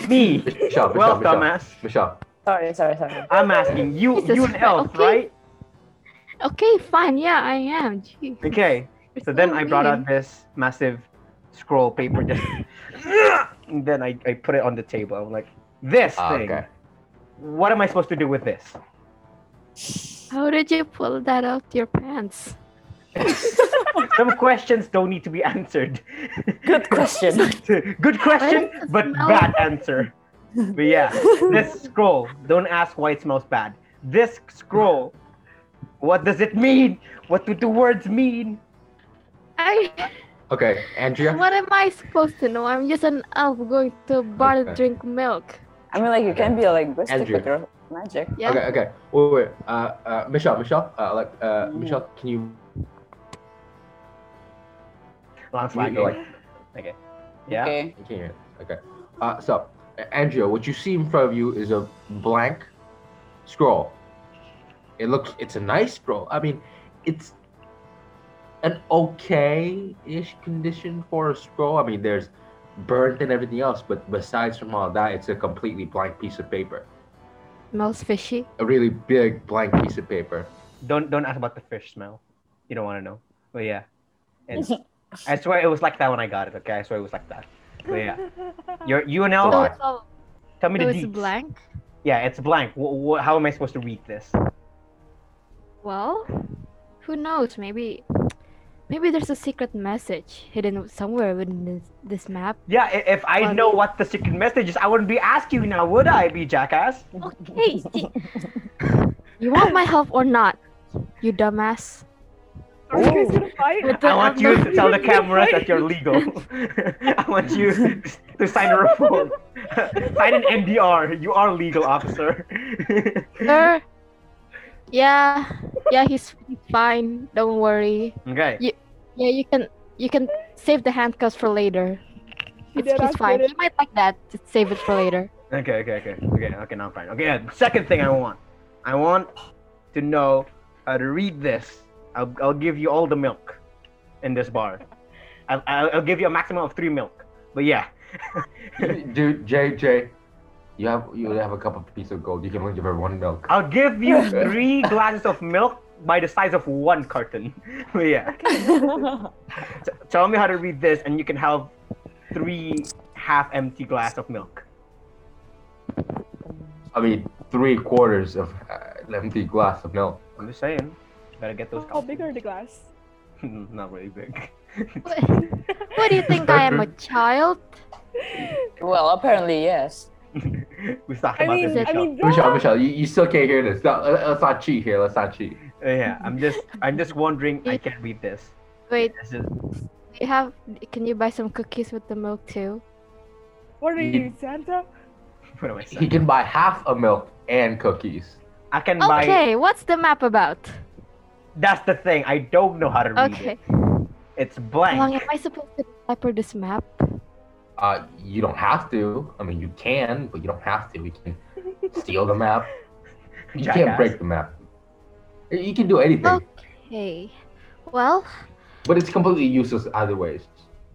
B: Me.
C: Michelle, Michelle,
B: well,
C: Michelle,
B: dumbass.
C: Michelle.
E: Sorry, sorry, sorry.
B: I'm asking you.
H: Jesus
B: you an
H: Christ,
B: elf,
H: okay.
B: right?
H: Okay, fine. Yeah, I am. Gee.
B: Okay.
H: It's
B: So then
H: so
B: I brought
H: mean.
B: out this massive scroll paper, just, and then I, I put it on the table. I'm like, this
C: Ah,
B: thing.
C: okay.
B: What am I supposed to do with this?
H: How did you pull that out your pants?
B: Some questions don't need to be answered.
E: Good question.
B: Good question,
H: does it
B: but
H: smell?
B: bad answer. But yeah, this scroll. Don't ask why it smells bad. This scroll. What does it mean? What do the words mean?
H: I.
C: Okay, Andrea.
H: What am I supposed to know? I'm just an elf going to a bar to
C: Okay.
H: drink milk.
E: I mean, like you can be like linguistic
C: Andrew.
E: with your magic.
H: Yeah.
C: Okay, okay. Wait, wait. Uh, uh, Michelle, Michelle, uh, like, uh, Michelle, can you
B: Long
C: mute
B: flag.
C: your, like,
B: Okay. Yeah.
E: Okay.
C: You can't hear it. Okay. Uh, so, A- Andrea, what you see in front of you is a blank scroll. It looks, it's a nice scroll. I mean, it's an okay-ish condition for a scroll. I mean, there's burnt and everything else, but besides from all that, it's a completely blank piece of paper.
H: Smells fishy.
C: A really big blank piece of paper.
B: Don't don't ask about the fish smell. You don't want to know. But yeah, it's, I swear it was like that when I got it. Okay, I swear it was like that. But yeah, your you and
H: So
C: Why?
B: L.
H: it's all
B: Tell me
H: so
B: the
H: it's
B: deets.
H: blank.
B: Yeah, it's blank. Wh- wh- how am I supposed to read this?
H: Well, who knows? Maybe, maybe there's a secret message hidden somewhere within this, this map.
B: Yeah, i- if I
H: Funny.
B: know what the secret message is, I wouldn't be asking you now, would I, be jackass?
H: Hey, you want my help or not? You dumbass.
D: Are you guys gonna fight?
H: With the
B: I want you to tell the cameras that you're legal. I want you to sign a report. sign an NDR. You are legal, officer.
H: Sir. Yeah, yeah, he's fine. Don't worry.
B: okay.
H: Yeah, you can you can save the handcuffs for later.
D: You
H: It's,
D: dead
H: he's
D: ass
H: fine.
D: did
H: He
D: it.
H: might like that. Just save it for later.
B: Okay, okay, okay. Okay, okay, now I'm fine. Okay, yeah, second thing I want. I want to know how to read this. I'll, I'll give you all the milk in this bar. I'll, I'll, I'll give you a maximum of three milk. But yeah.
C: Dude, JJ, you have you have a cup of piece of gold. You can only give her one milk.
B: I'll give you three glasses of milk by the size of one carton. But yeah, t- tell me how to read this, and you can have three half-empty glass of milk.
C: I mean, three quarters of uh, an empty glass of milk.
B: I'm just saying, better get those.
D: How big are the glass?
B: Not really big.
H: What, what do you think? I am a child.
E: Well, apparently yes.
B: we talked
D: I
B: about
D: mean,
B: this.
D: I mean,
C: Michelle,
D: duh.
C: Michelle, you, you still can't hear this. No, let- let's not cheat here. Let's not cheat.
B: Uh, yeah, I'm just, I'm just wondering. I can't read this.
H: Wait,
B: This is-
H: do you have? Can you buy some cookies with the milk too?
D: what are you, Santa?
B: what am I
C: He
B: saying?
C: can buy half a milk and cookies.
B: I can buy.
H: Okay, what's the map about?
B: That's the thing. I don't know how to read
H: Okay,
B: it. It's
H: how long
B: blank.
H: am I supposed to decipher this map?
C: Uh, you don't have to. I mean, you can, but you don't have to. You can steal the map. You can't
B: Jackass.
C: break the map. You- You can do anything,
H: Oh. Okay, well,
C: but it's completely useless either ways.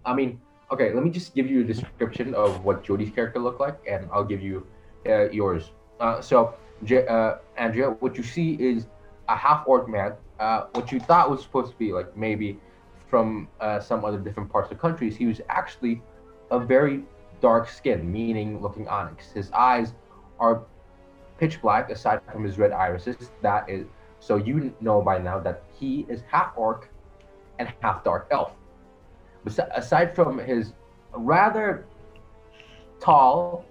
C: I mean, okay, let me just give you a description of what Jody's character looked like, and I'll give you uh, yours. Uh, so, J- uh, Andrea, what you see is a half orc man. Uh, what you thought was supposed to be like maybe from uh, some other different parts of countries, he was actually a very dark skin, meaning looking onyx. His eyes are pitch black, aside from his red irises. That is so you know by now that he is half orc and half dark elf. Bes- aside from his rather tall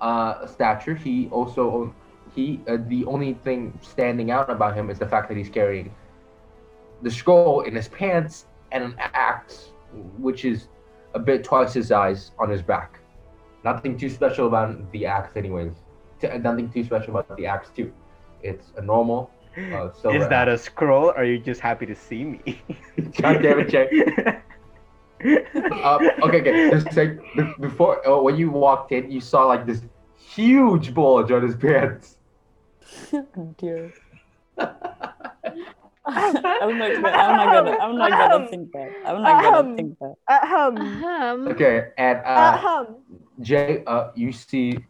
C: uh, stature, he also he uh, the only thing standing out about him is the fact that he's carrying the scroll in his pants and an axe, which is a bit twice his size on his back. Nothing too special about the axe, anyways. T- nothing too special about the axe too. It's a normal. Uh, silver
B: Is that a scroll? Or are you just happy to see me?
C: God damn it, Jay. Uh, okay, okay. Just say be- before oh, when you walked in, you saw like this huge bulge on his pants.
E: Dear. I'm not gonna. I'm not gonna. I'm not gonna think that. I'm not gonna
D: Ahem.
E: think that.
D: Uh, Ahem.
H: um,
C: Okay, and
B: Uh-huh.
C: uh,
D: Ahem.
C: Jay, uh, you see,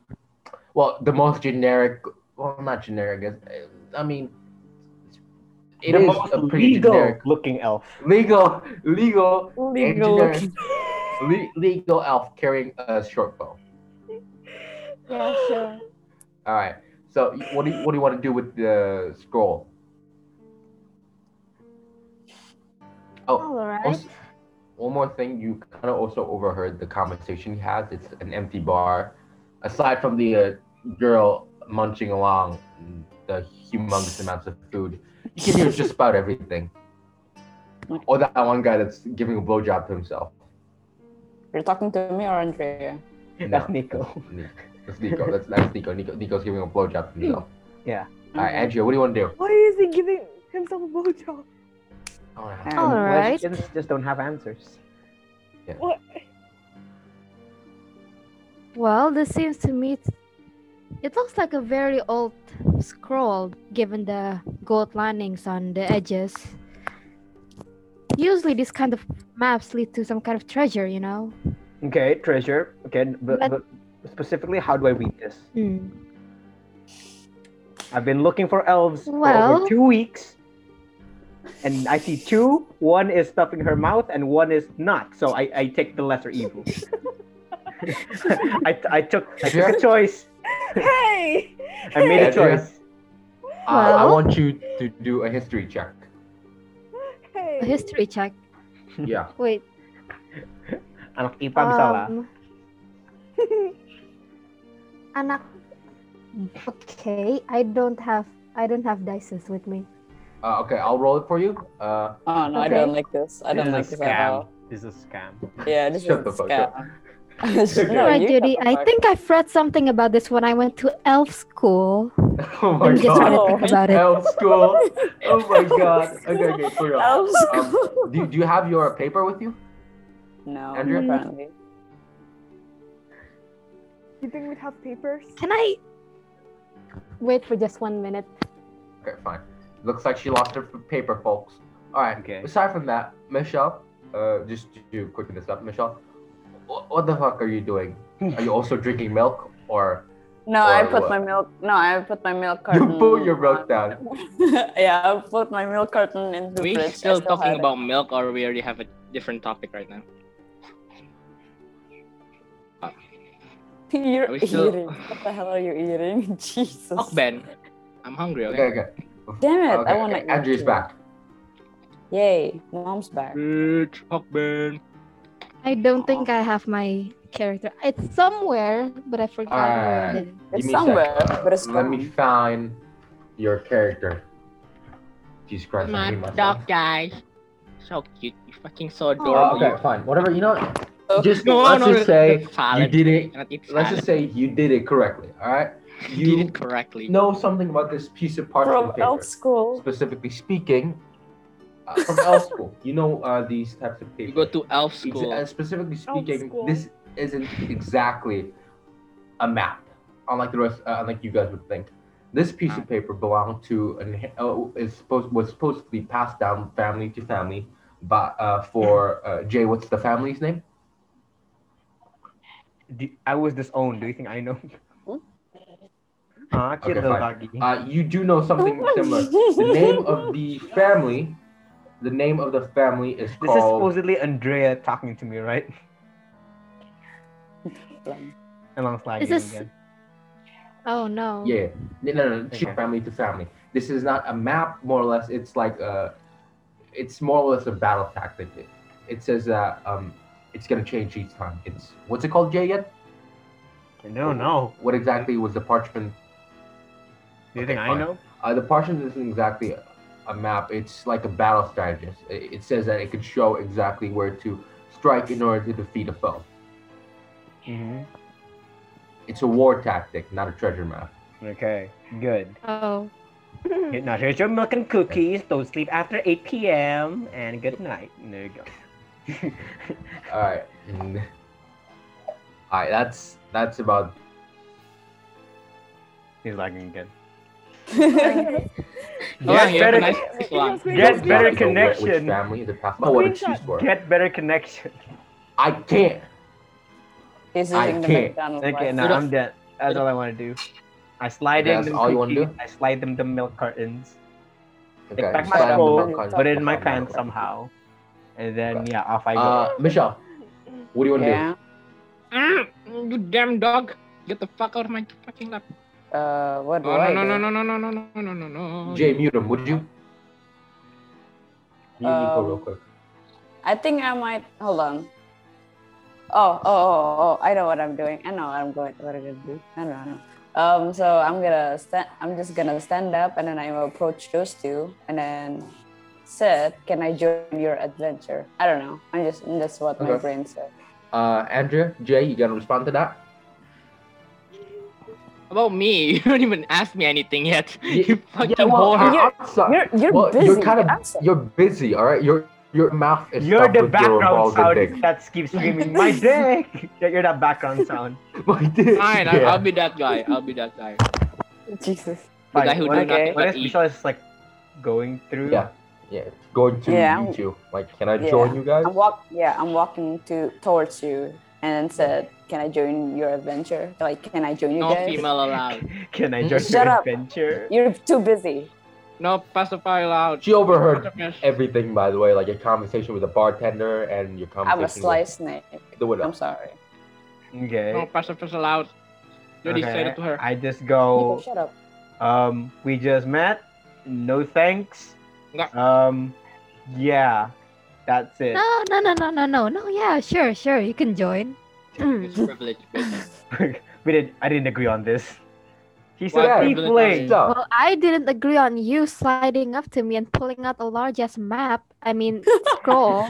C: well, the most generic, well, not generic. I guess, I mean, it
B: the
C: is
B: most
C: a pretty generic,
B: legal-looking elf.
C: legal, legal,
E: Legal
C: engineer- le- legal elf carrying a short bow.
D: Yeah, sure.
C: All right. So, y- what do you, what do you want to do with the scroll? Oh,
H: all right.
C: Also, one more thing, you kind of also overheard the conversation he has. It's an empty bar. Aside from the uh, girl munching along the humongous amounts of food, you can hear just about everything. Or that one guy that's giving a blowjob to himself.
E: You're talking to me or Andrea?
B: That's Nico.
C: That's Nico. That's, that's Nico. Nico. Nico's giving a blowjob to himself.
B: Yeah.
C: All right, Andrea, what do you want to do?
D: Why is he giving himself a blowjob?
C: All right.
B: Uh,
E: Um,
H: All right.
B: Questions just don't have answers.
D: What?
H: Well, this seems to me. It, it looks like a very old scroll, given the gold linings on the edges. usually these kind of maps lead to some kind of treasure, you know.
B: Okay, treasure. Okay, but, but
H: But-
B: specifically, how do I read this?
H: Hmm.
B: I've been looking for elves for over
H: Well-
B: two weeks, and I see two. One is stuffing her mouth, and one is not. So I, I take the lesser evil. I, I took I took a
C: Sure.
B: choice.
D: Hey!
B: I made a
C: Andrea?
B: choice.
C: Uh, I
H: Well-
C: want you to do a history check.
D: Hey!
H: A history check.
C: Yeah.
H: Wait.
B: Anak IPA misalnya.
H: um, anak. Okay, I don't have I don't have dices with me.
C: Uh, okay, I'll roll it for you. Uh,
E: Oh no, I
H: Okay.
E: don't like this. I don't like
B: this is
E: this
B: a
E: at
B: scam.
E: all.
B: This is a scam.
E: Yeah, this
C: Shut the
E: is a
C: fuck
E: scam.
H: All
E: no,
H: right,
E: you
H: Judy.
E: shut the
H: I
E: fuck
H: think I've read something about this when I went to elf school.
C: oh my
H: I'm just
C: god.
H: trying to
E: God.
H: think about it.
C: Elf school. Oh my god. Okay, okay, clear up.
E: Elf school.
C: Um, do, do you have your paper with you?
E: No,
C: Andrew?
E: apparently.
D: You think we'd have papers?
H: Can I wait for just one minute?
C: Okay, fine. Looks like she lost her f- paper, folks. All right.
B: Okay.
C: Aside from that, Michelle, uh, just to quicken this up, Michelle, wh- what the fuck are you doing? Are you also drinking milk or
E: No, I
C: Or
E: put
C: what?
E: my milk. No, I put my milk
C: you
E: carton.
C: put your milk
E: on-
C: down?
E: yeah, I put my milk carton in the
A: we
E: fridge.
A: still
E: I had
A: talking
E: it.
A: about milk, or we already have a different topic right now?
E: You're
A: Are we still-
E: eating. What the hell are you eating? Jesus.
A: Fuck Ben. I'm hungry.
C: Okay,
A: Okay.
C: okay.
E: Damn it!
C: okay,
E: I want to.
C: okay. Andrew's back.
E: Yay! Mom's back.
A: Bitch, fuck Ben.
H: I don't think I have my character. It's somewhere, but I forgot where it
C: Alright.
H: is.
C: Give
E: It's
C: me a sec.
E: somewhere,
C: Uh,
E: but it's
C: Let me
E: gone.
C: find your character. Jesus Christ, I hate myself.
A: guy. So cute. You fucking so
C: Uh,
A: adorable.
C: okay, fine. Whatever. You know, what? just
A: No,
C: let's
A: no,
C: just
A: no,
C: say
A: it's salad.
C: you did it.
A: Cannot eat
C: Let's
A: salad.
C: just say you did it correctly. All right.
A: you did
C: You
A: it correctly.
C: know something about this piece of parchment
E: From
C: paper.
E: elf school.
C: specifically speaking, uh, from elf school. You know uh, these types of
A: You
C: paper.
A: go to elf
C: Ex-
A: school.
C: uh, specifically speaking,
D: school.
C: this isn't exactly a map, unlike the rest, uh, unlike you guys would think. This piece of paper belonged to an uh, is supposed was supposed to be passed down family to family, but uh, for uh, Jay, what's the family's name?
B: Do, I was disowned. Do you think I know?
E: Hmm?
B: Ah, kid
C: Okay,
B: little
C: fine.
B: doggy.
C: Uh, you do know something similar. The name of the family, the name of the family is
B: This is
C: called.
B: supposedly Andrea talking to me, right? And I'm sliding
H: This is-
B: again.
H: Oh no.
C: Yeah, no, no, no. It's
B: Okay.
C: family to family. This is not a map, more or less. It's like a, it's more or less a battle tactic. It, it says that um, it's gonna change each time. It's what's it called, Jay? Yet?
B: No, no.
C: What exactly was the parchment?
B: Do you think I
C: fine.
B: know?
C: Uh, the parchment isn't exactly a, a map. It's like a battle strategist. It, it says that it can show exactly where to strike in order to defeat a foe.
B: hmm
C: It's a war tactic, not a treasure map.
B: Okay, good.
H: Oh.
B: Good night. Here's your milk and cookies. Don't sleep after 8 p.m. And good night. And There you go.
C: All right. Mm. All right. That's that's about
B: He's lagging again.
A: yeah,
B: Get
A: you have a
B: better,
A: nice one.
B: Get
C: It's
B: better
C: not gonna work with
B: connection.
C: family, the past- Oh, what
D: Screenshot.
C: excuse for? it.
B: get better connection.
C: I can't.
E: He's
C: I
E: using the
C: can't.
E: McDonald's.
B: Okay,
E: license.
B: no, I'm dead. That's all I want to do. I slide
C: Yeah,
B: in them
C: that's all you wanna
B: cookies, I slide them the milk cartons.
C: Okay,
B: Take back my
C: you slide on the
B: phone,
C: milk carton.
B: Put it in my pants somehow. And then, yeah, off I go.
C: Uh, Michelle, what do you want to
E: Yeah.
A: Mm, you damn dog. Get the fuck out of my fucking lap.
E: Uh, what do
A: Oh,
E: I
A: no, no,
E: do?
A: no, no, no, no, no, no, no, no, no.
C: do? Jay, mute him, would you? Mute Nico real
E: Um,
C: quick.
E: I think I might. Hold on. Oh, oh, oh, oh! I know what I'm doing. I know what I'm going. What I'm gonna do? I don't know. Um, so I'm gonna stand. I'm just gonna stand up, and then I will approach those two, and then said, "Can I join your adventure?" I don't know. I'm just. That's what
C: Okay.
E: my brain said.
C: Uh, Andrea, Jay, you gonna respond to that?
A: How About me, you don't even ask me anything yet. You fucking
C: yeah, well,
A: whore.
C: I- I'm sorry.
E: You're you're
C: well,
E: busy.
C: you're kind of
E: I'm sorry.
C: you're busy. All right, your your mouth is
B: You're
C: stuffed
B: the
C: with your
B: background
C: balls and
B: sound that keeps screaming, my dick! You're you're that background sound.
C: dick. My dick.
A: Fine, I-
C: yeah.
A: I'll be that guy. I'll be that guy.
E: Jesus.
A: The guy who
B: what
A: do
B: if-
A: nothing
B: what
A: but
B: if
A: eat.
B: Michelle is like going through?
C: Yeah. Yeah, it's going to
E: Yeah, I'm-
C: you two. Like, can I
E: Yeah.
C: join you guys?
E: I'm walk. Yeah, I'm walking to towards you, and then said, "Can I join your adventure? Like, can I join you
A: No
E: guys?
A: female allowed.
B: Can I join
E: Shut
B: your
E: up.
B: adventure?
E: You're too busy.
A: No pacifier allowed.
C: She overheard
A: Yes.
C: everything, by the way, like your conversation with the bartender and your conversation
E: I'm a slice snake.
C: with the widow.
E: I'm sorry.
A: No
B: Okay.
A: pacifiers allowed. Jody
B: okay.
A: said it to her.
B: I just go.
E: Nico, shut up.
B: Um, we just met. No thanks.
A: No.
B: Um, yeah, that's it.
H: Ah.
J: No, no, no, no, no, no, no. Yeah, sure, sure. You can join. Mm.
A: It's a privilege, bitch.
B: we didn't. I didn't agree on this. He said
C: Yeah.
B: tiefling.
C: So,
J: Well, I didn't agree on you sliding up to me and pulling out a large ass map. I mean, scroll.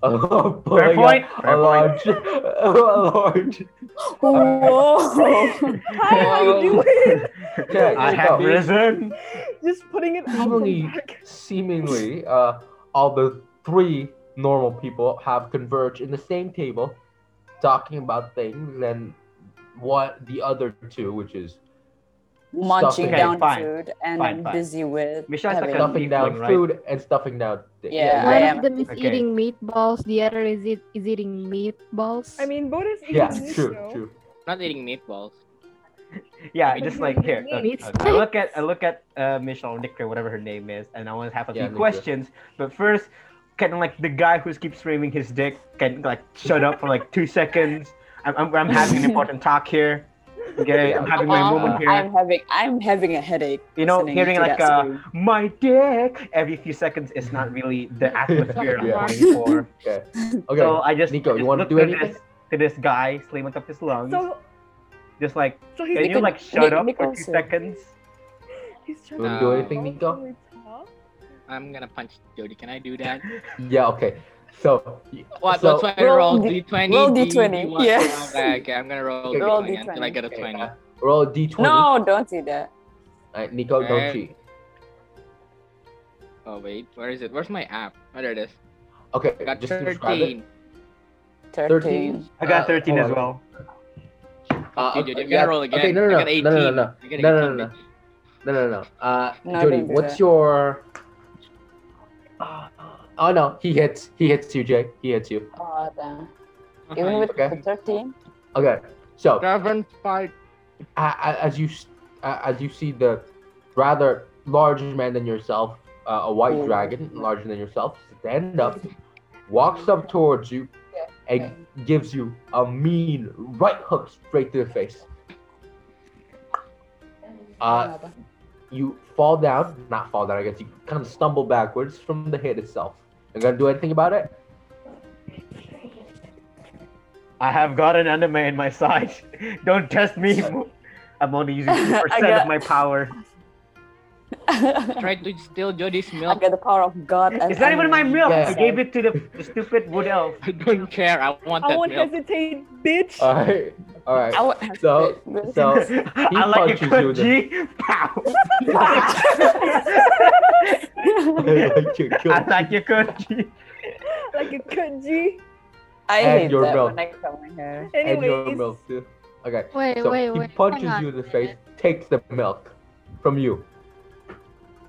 B: Fair point.
C: pulling out
B: Oh, Fair
C: a
B: point.
C: large, a large.
E: Whoa.
D: How are you doing?
C: Okay,
B: I have
C: so,
B: risen.
D: Just putting it out.
C: seemingly, seemingly, uh, all the three normal people have converged in the same table, talking about things, and what the other two, which is
E: Munching
B: Okay,
E: down
B: fine.
E: food, and
B: Fine,
E: I'm
B: fine.
E: busy with
B: Michelle's
E: having-
B: like a-
C: stuffing down
B: Tiefling, right?
C: food and stuffing down. things.
E: Yeah,
J: One
E: I
J: of
E: am.
J: them is
B: Okay.
J: eating meatballs. The other is eat, is eating meatballs.
D: I mean, bonus
C: yeah,
D: equals this,
C: true,
D: though.
C: true.
A: Not eating meatballs.
B: Yeah, just like here.
D: Yeah,
B: look,
J: it's
B: look, I look at I look at uh, Michelle Nicker, whatever her name is, and I want to have a
C: Yeah,
B: few
C: Nicker.
B: questions. But first, can like the guy who keeps screaming his dick can like shut up for like two seconds? I'm I'm, I'm having an important talk here. Okay, I'm having my
E: Uh,
B: moment here.
E: I'm having I'm having a headache.
B: You know,
E: listening
B: hearing
E: to
B: like uh,
E: that
B: a-
E: scream.
B: my dick every few seconds is not really the atmosphere
C: Yeah.
B: I'm going for.
C: Okay,
B: So I just
C: Nico,
B: I
C: you
B: just
C: want to
B: looked
C: do
B: at
C: anything?
B: This, to this guy slamming up his lungs,
D: So,
B: just like
D: so he's
B: can you
E: Nico-
B: like shut
E: Ni-
B: up for
E: Nico's
B: two
E: here.
B: seconds?
D: he's trying
A: Wanna
D: to
A: do
C: anything, Nico?
D: Can we talk?
A: I'm gonna punch Jody. Can I do that?
C: Yeah, okay. So,
A: What?
C: So-
A: what's my roll?
E: Roll D-
A: D20.
E: roll D20,
A: D1.
E: yes.
A: Okay, okay, I'm gonna roll,
C: Roll
A: D20 until I
E: D20.
A: get a
C: okay,
A: 20.
C: uh, roll d d20.
E: No, don't do that.
C: Uh, Nico, don't
A: Alright.
C: cheat.
A: Oh wait, where is it? Where's my app? Oh, there it is.
C: Okay,
A: I got
C: just describe it.
A: 13.
E: Thirteen.
B: I got
C: Uh,
B: 13 as
C: hold on.
B: well.
C: Uh,
A: Dude,
C: okay,
A: if you
C: yeah,
A: gotta roll again,
C: okay,
A: I
C: no, no,
A: got
C: no,
A: 18.
C: no, no, no,
A: I got 18.
C: no, no, no. No, no, no. Uh,
E: No,
C: Jody,
E: don't do
C: what's
E: that.
C: your? Oh no, he hits. He hits you, Jay. He hits you.
E: Oh, damn.
A: bitch.
E: Even with
C: Okay.
E: the thirteen.
C: Okay, so
A: Seven fight.
C: a- a- as you s- a- as you see the rather larger man than yourself, uh, a white
E: Oh.
C: dragon larger than yourself, stand up, walks up towards you, and gives you a mean right hook straight to the face. Uh, you fall down, not fall down, I guess you kind of stumble backwards from the hit itself. You're gonna do anything about it?
B: I have got an anime in my side. Don't test me. I'm only using
E: I
B: 2%
E: got-
B: of my power.
E: I
A: Try to steal Jody's milk.
E: got the power of God. and
B: It's not even my
E: I'm
B: milk.
C: Yeah.
B: I gave it to the, the stupid wood elf.
A: I don't care. I want
D: I
A: that
D: won't
A: milk.
D: hesitate, bitch.
C: All right, all right.
E: I would-
C: So- so-
B: I like
C: punches
B: it,
C: you in the-
B: Koji. Pow. I
C: and
B: like you, Koji.
D: like a cut G.
E: I
C: and
E: hate
C: your
E: that
C: milk.
E: when I cut my hair.
C: your
D: Anyways,
C: milk too. Okay.
J: Wait,
C: So
J: wait,
C: he
J: wait.
C: punches
J: hang on
C: you in
J: a
C: the face,
J: minute.
C: takes the milk from you.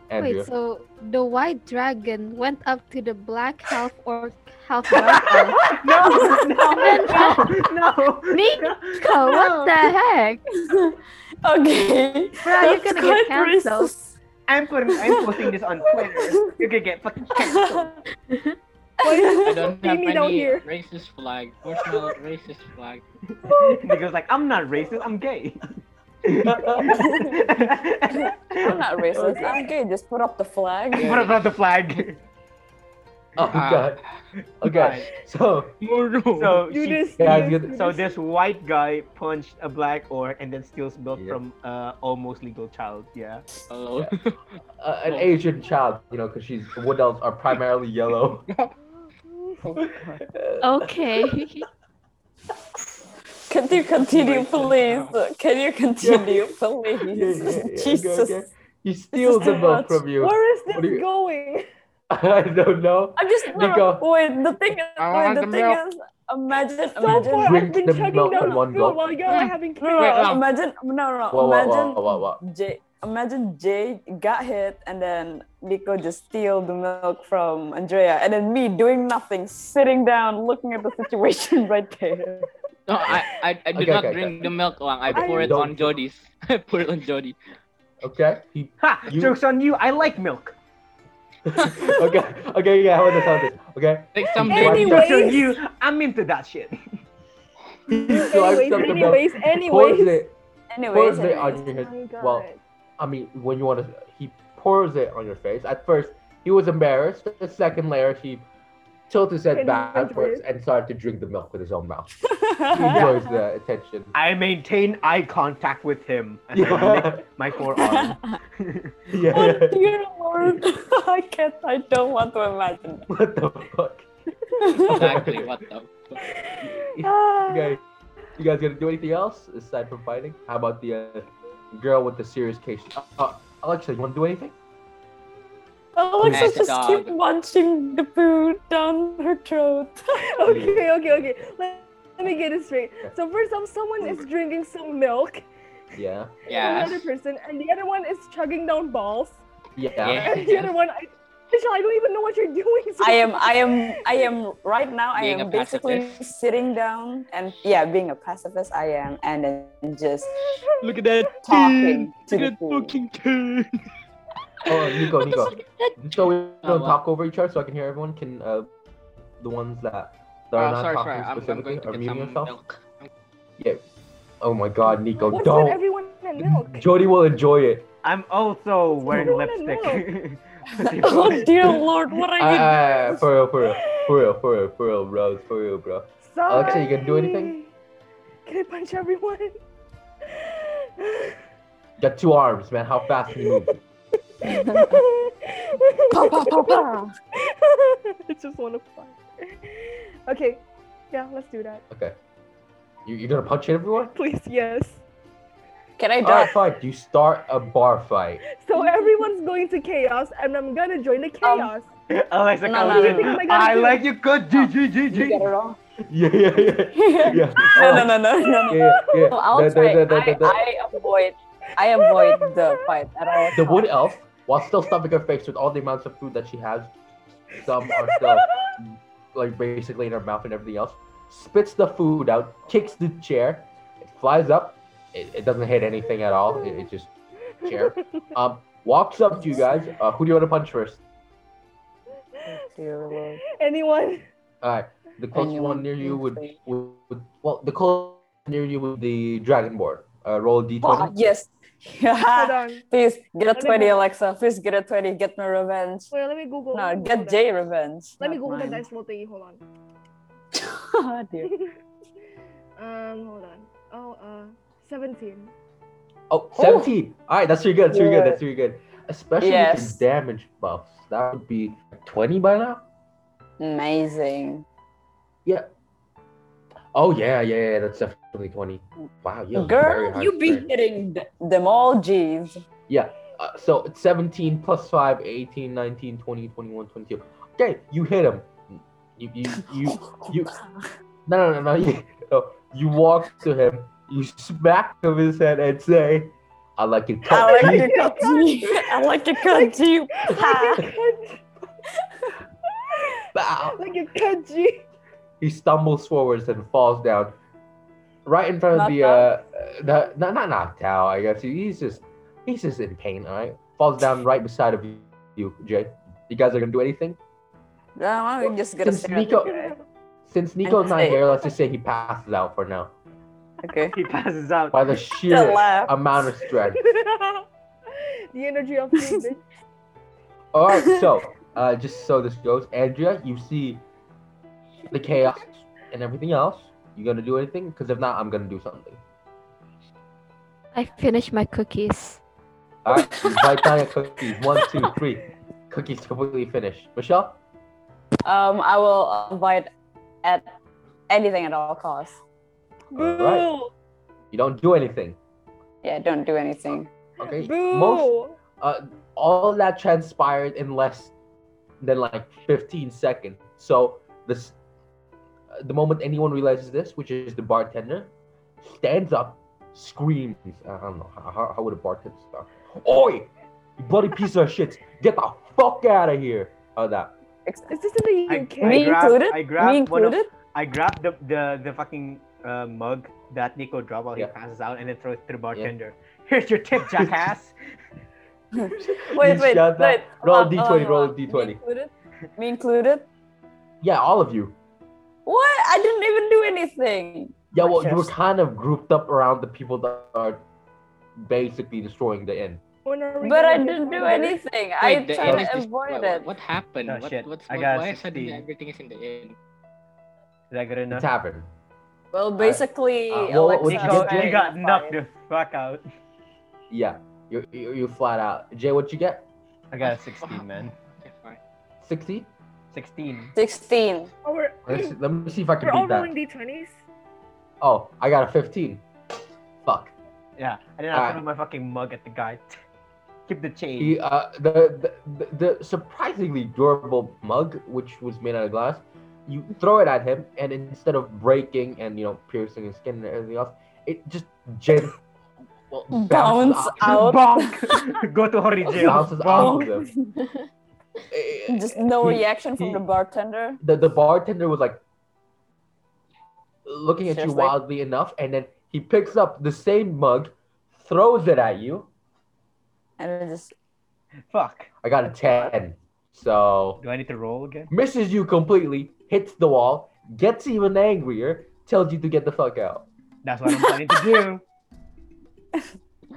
C: Andrew.
J: Wait, so the white dragon went up to the black half orc, half dark elf.
B: No, no, no, no.
J: uh, Nico, what the heck?
E: Okay.
J: Bro, you're gonna get canceled.
B: I'm putting, I'm posting this on Twitter. You're gonna get fucking canceled.
A: I don't have
D: Leave me
A: any
D: down here.
A: racist flag. Where's my racist flag?
B: Nico's like, I'm not racist. I'm gay.
E: I'm not racist. I'm gay. Just put up the flag.
B: What about the flag?
C: Oh
A: Ah.
C: god.
E: uh,
C: Okay. Oh, So
B: So
D: do
B: she-
D: this.
C: Yeah,
D: do
C: you-
D: this, do
B: So
D: this.
B: this white guy punched a black orc and then steals milk
C: Yeah.
B: from uh, almost legal child. Yeah.
A: Hello.
C: uh, an Asian child, you know, because she's wood elves are primarily yellow.
J: Okay.
E: Can you continue, please?
A: Racist.
E: Can you continue,
C: Yeah,
E: please?
C: yeah, yeah, okay,
E: Jesus.
C: okay. He steals the
E: too
C: milk
E: much.
C: from you.
D: Where is
C: What
D: this
C: do you-
D: going?
C: I don't know.
E: I'm just no,
C: Nico.
E: wait. The thing is,
A: I
E: wait,
A: want
E: the
A: the
E: thing
A: milk.
E: is, imagine,
D: So
E: imagine,
D: far, I've
C: Drink
D: been
C: the
D: chugging
C: milk in
D: down
C: one
D: food
C: gulp.
D: while y'all are having.
E: no, no,
A: Wait, um,
E: imagine, no, no,
C: Whoa, whoa,
E: imagine
C: whoa, whoa, whoa.
E: J- imagine Jay got hit and then Nico just steal the milk from Andrea and then me doing nothing, sitting down, looking at the situation right there.
A: No, I I, I did
E: Okay,
A: not
E: okay,
A: drink
E: okay.
A: the milk, Wang. I
E: I-
A: pour it on Jody's. I pour it on Jody.
C: Okay.
B: Ha! Jokes on you. I like milk.
C: okay. Okay. Yeah. How about this? How about this? Okay.
A: Like some
B: Jokes on you. I'm into that shit.
C: Anyways,
D: anyways, anyways.
C: Pours it on your
D: Oh my
C: head.
D: God.
C: well, I mean, when you want to, he pours it on your face. At first, he was embarrassed. The second layer, he tilted his head
B: Can you
C: backwards
B: drink?
C: and started to drink the milk with his own mouth. he enjoys the attention.
B: I maintain eye contact with him as I lick my forearm.
C: Yeah.
E: Oh, Dear Lord, I can't. I don't want to imagine.
C: What the fuck?
A: exactly. What the?
C: okay. You guys gonna do anything else aside from fighting? How about the uh, girl with the serious case? Uh, Alexa, you wanna do anything?
E: Alexa
C: Mad
E: just keep
C: dog.
E: munching the food down her throat.
D: okay, okay, okay. Let, let me get it straight. So first off, someone is drinking some milk.
C: Yeah.
D: Another person, and the other one is chugging down balls.
C: Yeah.
D: And the other one, I, Michelle, I don't even know what you're doing.
E: I am. I am. I am. Right now, I
A: Being
E: am
A: a
E: basically
A: pacifist.
E: sitting down and yeah, being a pacifist, I am, and then just
A: look at that
E: talking to the food.
A: Fucking turn.
C: Oh, Nico, Nico. So we don't
A: Oh, wow.
C: talk over each other, so I can hear everyone. Can uh, the ones that that are
A: Oh,
C: not
A: sorry,
C: talking
A: sorry. I'm- I'm
C: specifically
A: going to
C: are
A: get
C: muting
A: some
C: yourself? Yeah. Oh my God, Nico,
D: What's
C: don't.
D: with everyone and milk?
C: Jody will enjoy it.
B: I'm also wearing
D: Everyone and
B: lipstick.
D: milk.
E: oh dear Lord, what
C: Uh,
E: are you?
C: uh, for real, for real, for real, for real, for real, bro, for real, bro. Alexa, you gonna do anything?
D: Can I punch everyone?
C: Got two arms, man. How fast can you move?
D: pa,
E: pa, pa, pa.
D: I just want to fight. Okay, yeah, let's do that.
C: Okay. You you gonna punch everyone?
D: Please, yes.
E: Can I
C: All right, fine. You start a bar fight.
D: So everyone's going to chaos, and I'm gonna join the chaos.
B: Alexa
D: No,
B: comes
D: no, no,
B: in.
D: no, no. Oh my God,
B: I
D: dude.
B: like you good. G G G G.
C: Yeah, yeah, yeah. yeah.
E: No, no, no, no, no. no.
C: Yeah, yeah.
E: No, I'll
C: The- the-
E: try.
C: the- the- the- the-
E: I, I avoid. I avoid the fight at all.
C: The wood elf, while still stuffing her face with all the amounts of food that she has, some are still like basically in her mouth and everything else, spits the food out, kicks the chair, it flies up, it, it doesn't hit anything at all, it, it just chair. Um, walks up to you guys. Uh, who do you want to punch first?
E: Dear Lord.
D: Anyone?
C: All right, the closest one
E: Anyone,
C: near you would,
E: please.
C: would, would- well, the closest near you would be Dragonborn. Uh, roll d d20.
E: Oh, yes. Ah.
D: Hold on.
E: Please get a
D: Let me
E: 20,
D: Google.
E: Alexa. Please get a 20. Get my revenge.
D: Wait, let me Google.
E: No,
D: let me
E: get
D: Google that.
E: Jay revenge.
D: Let me
E: not
D: Google the
E: mine.
D: dice roll thingy. Hold on.
E: Oh, dear.
D: Um, hold on. Oh, uh, seventeen.
C: Oh, 17. All right, that's really good. That's really good.
E: Yeah.
C: That's really good. Especially
E: Yes.
C: with the damage buffs. That would be 20 by now?
E: Amazing.
C: Yeah. Oh, yeah, yeah, yeah. That's definitely 20. Wow. Yeah, very
E: Girl,
C: high
E: you be
C: strength.
E: hitting th- them all, G's.
C: Yeah. Uh, so it's 17 plus 5, 18, 19, 20, 21, 22. Okay, you hit him. You, you, you, you. No, no, no, no. You, no. you walk to him, you smack him his head and say, I like it. cut,
E: I like
C: G."
D: Oh
E: your cut, G. I like your cut, G.
C: Bow.
D: Like a kanji.
C: he stumbles forwards and falls down right in front of the uh
E: Knocked
C: the not not knocked out i guess He- he's just he's just in pain all right falls down right beside of you, you jay you guys are gonna do anything
E: No, I'm just gonna
C: Since
E: stare at
C: Nico-
E: the guy.
C: since nico's not
E: say-
C: here let's just say he passes out for now
E: Okay.
B: He passes out.
C: by the sheer
E: laugh.
C: amount of strength
D: the energy of the
C: all right so uh just so this goes andrea you see the chaos and everything else you gonna do anything because if not i'm gonna do something
J: I finished my cookies.
C: All right, you bite down your cookies. One, two, three. Cookies completely finished. Michelle,
E: Um, I will avoid at anything at all costs.
C: All right. you don't do anything.
E: Yeah, don't do anything.
C: Okay.
D: Boo!
C: Most uh, all that transpired in less than like 15 seconds. So this, uh, the moment anyone realizes this, which is the bartender, stands up, screams. I I don't know. How, how- how would a bartender start? Oi! You bloody piece of shit! Get the fuck out of here! How that?
D: Is this in the UK?
B: I grabbed, I grabbed
D: Me
B: one of,
D: included?
B: I grabbed the the, the fucking uh, mug that Nico dropped while he passes out, and then throw it to the bartender. Here's your tip, jackass.
E: Wait,
C: You
E: wait,
C: shut
E: wait. Uh,
C: up. Roll
E: hold on,
C: d20,
E: hold on,
C: roll
E: hold on.
C: d20.
E: Me included? Me included?
C: Yeah, all of you.
E: What? I didn't even do anything.
C: Yeah, well, you were
E: Yes.
C: kind of grouped up around the people that are basically destroying the inn.
E: But I didn't do anything. I
A: Wait, the
E: tried
A: end
E: to
A: is-
E: avoid
A: what,
E: it.
A: What happened?
B: Oh,
A: what,
B: shit.
A: What's,
B: I
A: what,
B: got a
A: why suddenly
B: 16.
A: everything is in the end?
B: Is that good
C: The
B: enough?
C: tavern.
E: Well, basically,
C: Uh, well, what-
E: Alexa
C: what you
E: said-
B: You got knocked the fuck out.
C: Yeah, you you you flat out. Jay, what you get?
B: I got a 16, man.
A: Okay, fine.
C: Sixty.
B: 16.
E: 16.
D: Oh, we're,
C: Let's, let me see if I can
D: we're all
C: beat that.
D: rolling d20s.
C: Oh, I got a fifteen. Fuck.
B: Yeah, and then I
C: Alright.
B: threw my fucking mug at the guy. Keep the change.
C: He, uh, the, the the the surprisingly durable mug, which was made out of glass, you throw it at him, and instead of breaking and you know piercing his skin and everything else, it just gen- well, bounces
E: Bounce
C: off-
E: out.
B: Bonk! Go to Hori jail.
C: bounces off
B: Bonk!
C: of him. Eh,
E: Just no
C: He-
E: reaction from
C: he-
E: the bartender.
C: the, the bartender was like looking at you
E: Seriously?
C: wildly enough, and then he picks up the same mug, throws it at you.
E: And it just.
B: Fuck.
C: I got a ten, so
B: Do I need to roll again?
C: misses you completely, hits the wall, gets even angrier, tells you to get the fuck out.
B: That's what I'm planning to do.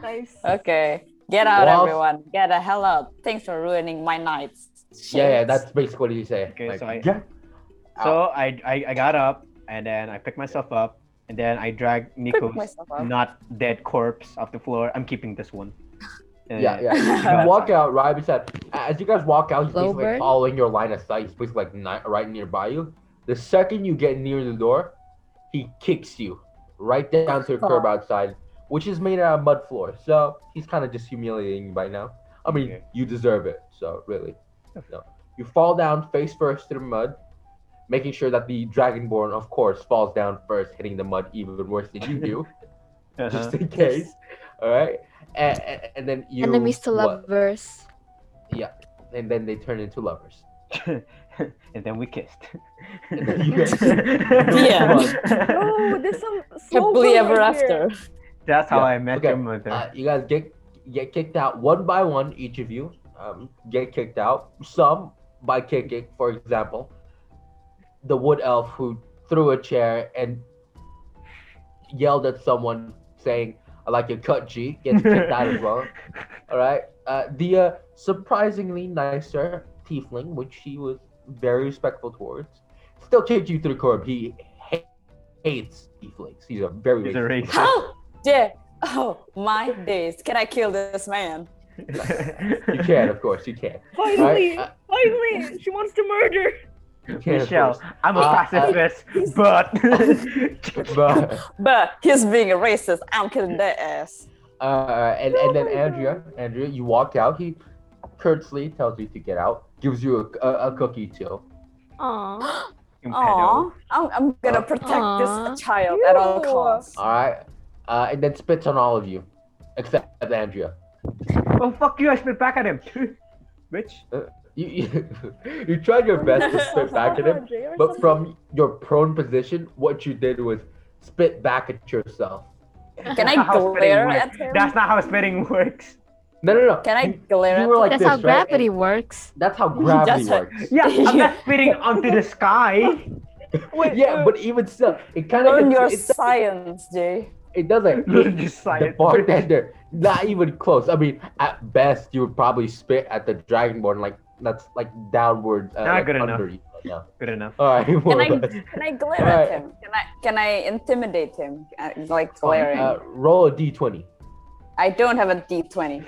D: Nice.
E: Uh, Okay. Get out,
C: Well-
E: everyone. Get the hell out. Thanks for ruining my nights.
C: Yeah, yeah,
E: Shit.
C: that's basically what you say.
B: Okay,
C: Like,
B: so I-
C: yeah.
B: So I, I I got up and then I picked myself up and then I dragged
E: Pick
B: Nico's
E: myself up.
B: not dead corpse off the floor. I'm keeping this one. And
C: Yeah, yeah.
E: Yeah.
C: You walk out right beside. As you guys walk out, he's basically like
G: Lowburn?
C: following your line of sight. He's basically like ni- right nearby you. The second you get near the door, he kicks you right down to a curb outside, which is made out of mud floor. So he's kind of just humiliating you right now. I mean,
B: Okay.
C: you deserve it. So really, no. You fall down face first to the mud, making sure that the dragonborn, of course, falls down first, hitting the mud even worse than you do,
B: Uh-huh.
C: just in case. All right, and, and, and then you
J: Enemies to
C: what?
J: lovers.
C: and then they turn into lovers.
B: and then we kissed.
C: And then you get-
D: Oh, there's some slow
E: Happily
D: burn
E: ever
D: right
E: after.
D: here.
B: That's how
C: Yeah,
B: I met
C: okay.
B: your mother.
C: Uh, you guys get get kicked out one by one. Each of you um, get kicked out. Some by kicking, for example, the wood elf who threw a chair and yelled at someone saying, "I like your cut, G." Gets kicked out as well. All right. Uh, the uh, surprisingly nicer tiefling, which he was very respectful towards, still kicked you to the curb. He ha- hates tieflings. He's a very
B: He's a
C: racist.
B: racist.
E: Oh, yeah. Oh, my days. Can I kill this man?
C: You can, of course, you can.
D: Finally,
C: Right,
D: finally, she wants to murder.
C: You can, of
B: Michelle,
C: course.
B: I'm a
C: Uh,
B: pacifist, but
C: But,
E: But he's being a racist. I'm killing that ass.
C: uh, and,
D: Oh
C: and then
D: my
C: Andrea, Andrea, you walk out. He courtesy tells you to get out, gives you a, a, a cookie too.
J: Aww.
B: You
E: Aw,
B: pedo.
E: I'm, I'm gonna
C: Uh,
E: protect
J: Aw.
E: this child at all
D: Ew.
E: costs.
C: All right, uh, and then spits on all of you, except Andrea.
B: Oh fuck you! I spit back at him. Bitch.
C: You you, you tried your best to spit back at him,
D: Jay or something?
C: but from your prone position, what you did was spit back at yourself.
E: Can I
B: That's not how spitting
E: glare
B: works.
E: at him?
B: That's not how spitting works.
C: No, no, no.
E: Can I
C: You-
E: glare
C: You
E: at
C: were like
J: That's
C: this,
J: how
C: right?
J: gravity
C: And
J: works.
C: that's how gravity
E: That's right.
C: works.
B: Yeah, I'm not spitting onto the sky.
D: Wait, wait,
C: yeah, but even still, it kind of
E: Learn your
C: it, does-
E: science, Jay.
C: it doesn't.
B: Learn your
C: the
B: science.
C: bartender, not even close. I mean, at best, you would probably spit at the dragonborn, like that's like downward. Uh,
B: Not
C: like,
B: good
C: under You. Yeah.
B: Good enough.
C: All right.
E: Can
C: more
E: I
C: or less.
E: can I glare
C: Alright.
E: at him? Can I can I intimidate him? Uh, like glaring.
C: Uh, roll a d20.
E: I don't have a d20.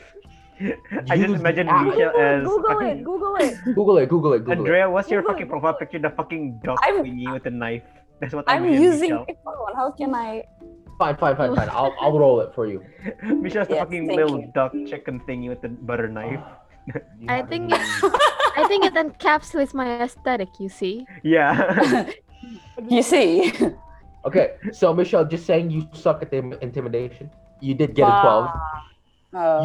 B: I just
C: Use
B: imagine
C: the app.
B: Michelle as
D: Google
B: fucking-
D: it, Google it.
C: Google it. Google it. Google it.
B: Andrea, what's your
D: Google
B: fucking
D: it,
B: profile
D: Google it.
B: picture? The fucking dog
E: I'm-
B: thingy with a knife. That's what I
E: I'm
B: imagine
E: using a
B: Michelle.
E: phone. How can I?
C: Fine, fine, fine, fine. I'll, I'll roll it for you.
B: Michelle's the
E: Yes,
B: fucking
E: thank
B: little
E: you.
B: duck chicken thingy with the butter knife.
J: I think I think it encapsulates my aesthetic, you see.
B: Yeah.
E: you see,
C: Okay, so Michelle, just saying you suck at the intimidation. You did get a twelve.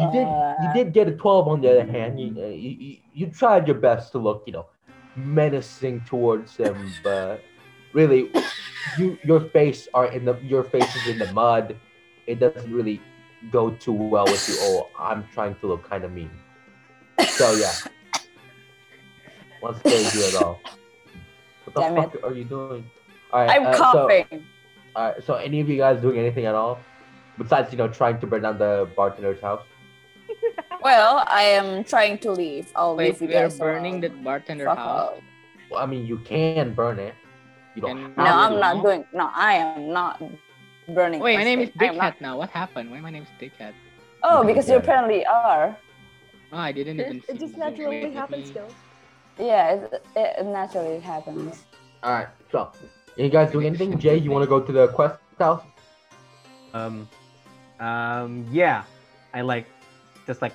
C: You did. You did get a twelve. On the other hand, you uh, you, you, you tried your best to look, you know, menacing towards him, but really, you your face are in the your face is in the mud. It doesn't really go too well with you. Oh, I'm trying to look kind of mean. So yeah, what's crazy at all? What the
E: Damn
C: fuck are you doing? All right,
E: I'm
C: uh, so-
E: coughing.
C: all right. So, any of you guys doing anything at all besides you know trying to burn down the bartender's house?
E: Well, I am trying to leave. I'll
A: Wait,
E: leave you
A: we are
E: guys
A: burning
E: alone.
A: that bartender
E: Fuck
A: house.
E: off.
C: Well, I mean, you can burn it. You don't.
A: And
E: No,
A: now
E: I'm
A: we
E: not
A: know.
E: doing. No, I am not burning.
A: Wait, my
E: this
A: name is
E: thing. I am not-
A: Dickhead now. What happened? Why my name is Dickhead?
E: Oh, because you
C: Yeah.
E: apparently are.
A: Oh, I didn't even.
D: It, it just
A: see.
D: naturally
A: Wait, let
D: happens,
A: me-
D: Gil.
E: Yeah, it, it naturally happens.
C: All right. So, any guys doing anything? Jay, you want to go to the quest house?
B: Um, um, yeah. I like, just like,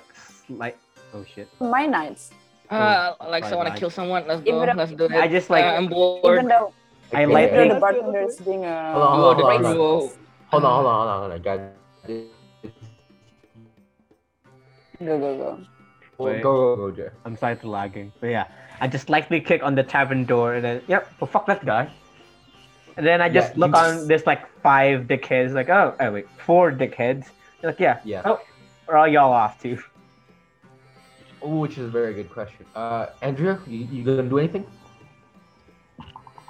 B: like, oh shit.
E: My nights,
A: Uh, like,
B: Bye,
A: I want to
B: bye.
A: kill someone. Let's go.
E: Even though-
A: Let's do it.
B: I just, like-
A: Uh, I'm bored.
E: even though
B: I
C: Okay.
B: like
E: even though the
B: it.
E: bartender is being a
C: Hold on, hold on, hold
A: on.
E: racist.
C: Hold on, hold on, hold on, hold on, guys.
E: Go go go.
C: Go,
B: Wait.
C: go, go, Jay.
B: I'm sorry for lagging, but yeah. I just lightly kick on the tavern door and then, yep, well, fuck that guy. And then I just
C: Yeah,
B: look
C: you
B: on, there's like five dickheads, like, oh, oh wait, four dickheads. They're like, yeah,
C: Yeah.
B: or all y'all off too.
C: Ooh, which is a very good question. Uh, Andrea, you, you gonna do anything?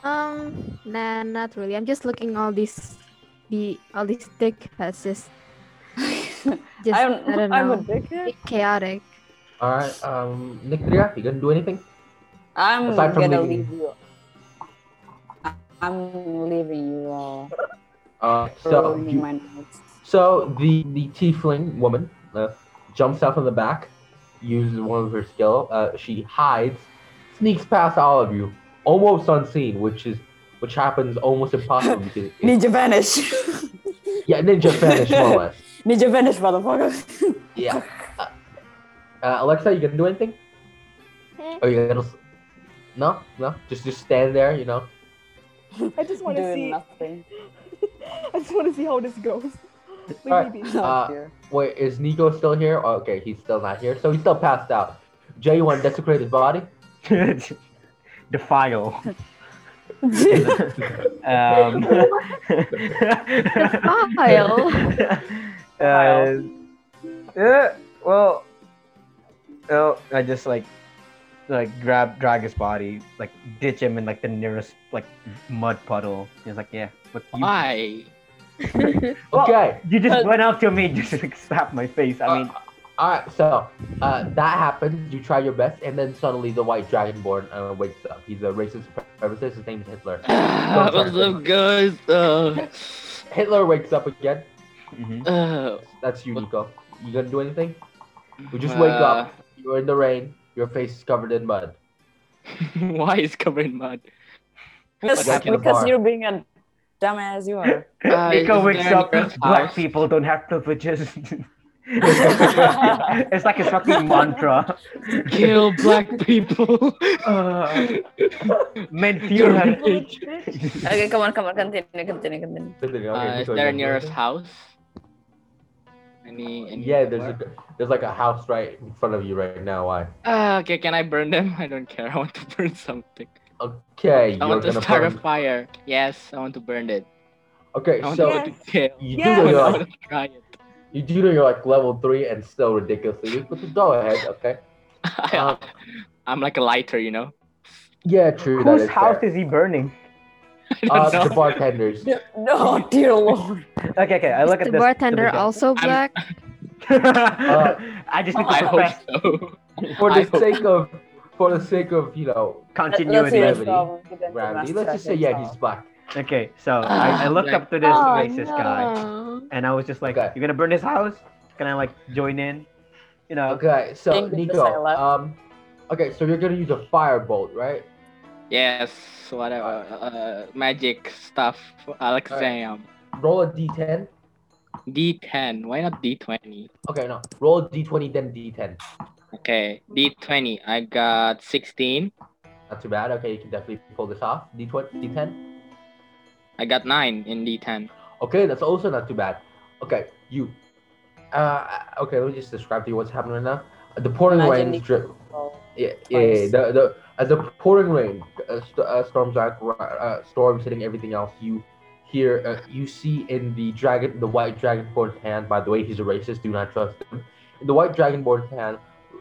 J: Um, nah, not really. I'm just looking all these, the all these dick passes. just I
E: I'm
J: don't, know.
E: I'm a dickhead.
J: chaotic.
C: All right. Um, Nictria, you gonna do anything?
E: I'm
C: Aside from
E: gonna
C: leaving-
E: leave you. I'm leaving you all.
C: Uh, so
E: Ruining
C: you,
E: my nights.
C: So the the tiefling woman uh, jumps out from the back, uses one of her skill. Uh, she hides, sneaks past all of you, almost unseen, which is which happens almost impossible because it's,
E: Ninja vanish.
C: yeah, ninja vanish more or less.
E: Ninja vanish, motherfucker.
C: Yeah. Uh, uh, Alexa, you gonna do anything? Are you gonna? s- No, no. Just just stand there, you know.
D: I just want to
E: Doing
D: see.
E: nothing.
D: I just want to see how this goes. Leave me
C: Alright.
D: be.
E: Oh,
C: Uh,
E: dear.
C: Wait, is Nico still here? Oh, okay, he's still not here, so he's still passed out. Jay, you want to desecrate his body?
B: Defile. um,
J: Defile?
B: Uh, yeah, Uh, well, well, I just like like grab drag his body, like ditch him in like the nearest like mud puddle. He's like, yeah, but you,
A: Why?
B: Well,
C: Okay.
B: you just went up to me, and just like slapped my face.
A: Uh,
B: I mean,
C: Uh, All right, so uh, that happens. You try your best, and then suddenly the white dragonborn uh, wakes up. He's a racist supremacist. His name is Hitler.
A: Ah, What's up, guys? Uh,
C: Hitler wakes up again.
B: mhm.
A: uh,
C: That's you, Nico. You gonna do anything? You just wake
A: Uh,
C: up. You're in the rain. Your face is covered in mud.
A: Why is covered in mud?
E: Because,
C: happened to Bar?
E: because you're being a dumbass you are.
A: Uh,
B: Nico
A: is
B: wakes
A: there
B: up.
A: any rest
B: Black
A: house?
B: people don't have privileges. it's like his fucking mantra.
A: Kill black people.
B: Uh, men
A: You're
B: feel her
A: rich.
E: okay, come on, come on, continue, continue, continue.
A: Uh, is
C: Okay, Nico,
A: there a
C: you gonna do
A: nearest
C: anything?
A: house? Any, any
C: Yeah, there's a, there's like a house right in front of you right now. Why?
A: Uh, okay, can I burn them? I don't care. I want to burn something.
C: Okay,
A: I
C: you're
A: want to
C: gonna
A: start a
C: burn.
A: fire. Yes, I want to burn it.
C: Okay,
A: I want
C: so
A: to go to jail.
C: you
D: Yes.
C: do know
A: I
C: you're
A: want
C: like
A: to try it.
C: you do know you're like level three and still ridiculously weak, but go ahead. Okay. Um,
A: I'm like a lighter, you know.
C: Yeah, true. that
B: Whose
C: is
B: house
C: fair.
B: is he burning?
A: I don't
C: Uh,
A: know.
C: the bartenders.
E: No, dear lord.
B: Okay, okay, I look
J: Is
B: at
J: the
B: this.
J: bartender
B: this-
J: also black?
B: Oh, I just
C: Oh,
B: need to
A: I hope
B: confess
A: so.
C: For
A: I
C: the
A: hope-
C: sake of, for the sake of you know,
E: Let, let's
B: continuity.
E: hear
C: Gravity.
E: it from the
C: gravity.
E: master
C: Let's just say yeah,
E: himself.
C: he's black.
B: Okay, so I, I
A: Ah,
B: looked
A: like-
B: up to this
J: Oh,
B: racist guy, and I was just like,
C: Okay.
B: "You're gonna burn his house? Can I like join in?" You know?
C: Okay, so
E: Thank goodness
C: Nico,
E: I left.
C: um, okay, so you're gonna use a firebolt, right?
A: Yes, whatever. Uh, magic stuff. Alexam.
C: Roll a d10.
A: D10. Why not D20?
C: Okay, no, roll a d20 then d10.
A: Okay, D20. I got 16.
C: Not too bad. Okay, you can definitely pull this off. D20, d10.
A: I got nine in D10.
C: Okay, that's also not too bad. Okay, you. Uh, okay, let me just describe to you what's happening right now. The pouring rain
E: Imagine the-
C: drip. Yeah, yeah, yeah, The the as the pouring rain uh, st- uh, storms out, uh, storms hitting everything else. You hear, uh, you see in the dragon, the white dragonborn's hand. By the way, he's a racist. Do not trust him. In the white dragonborn's hand,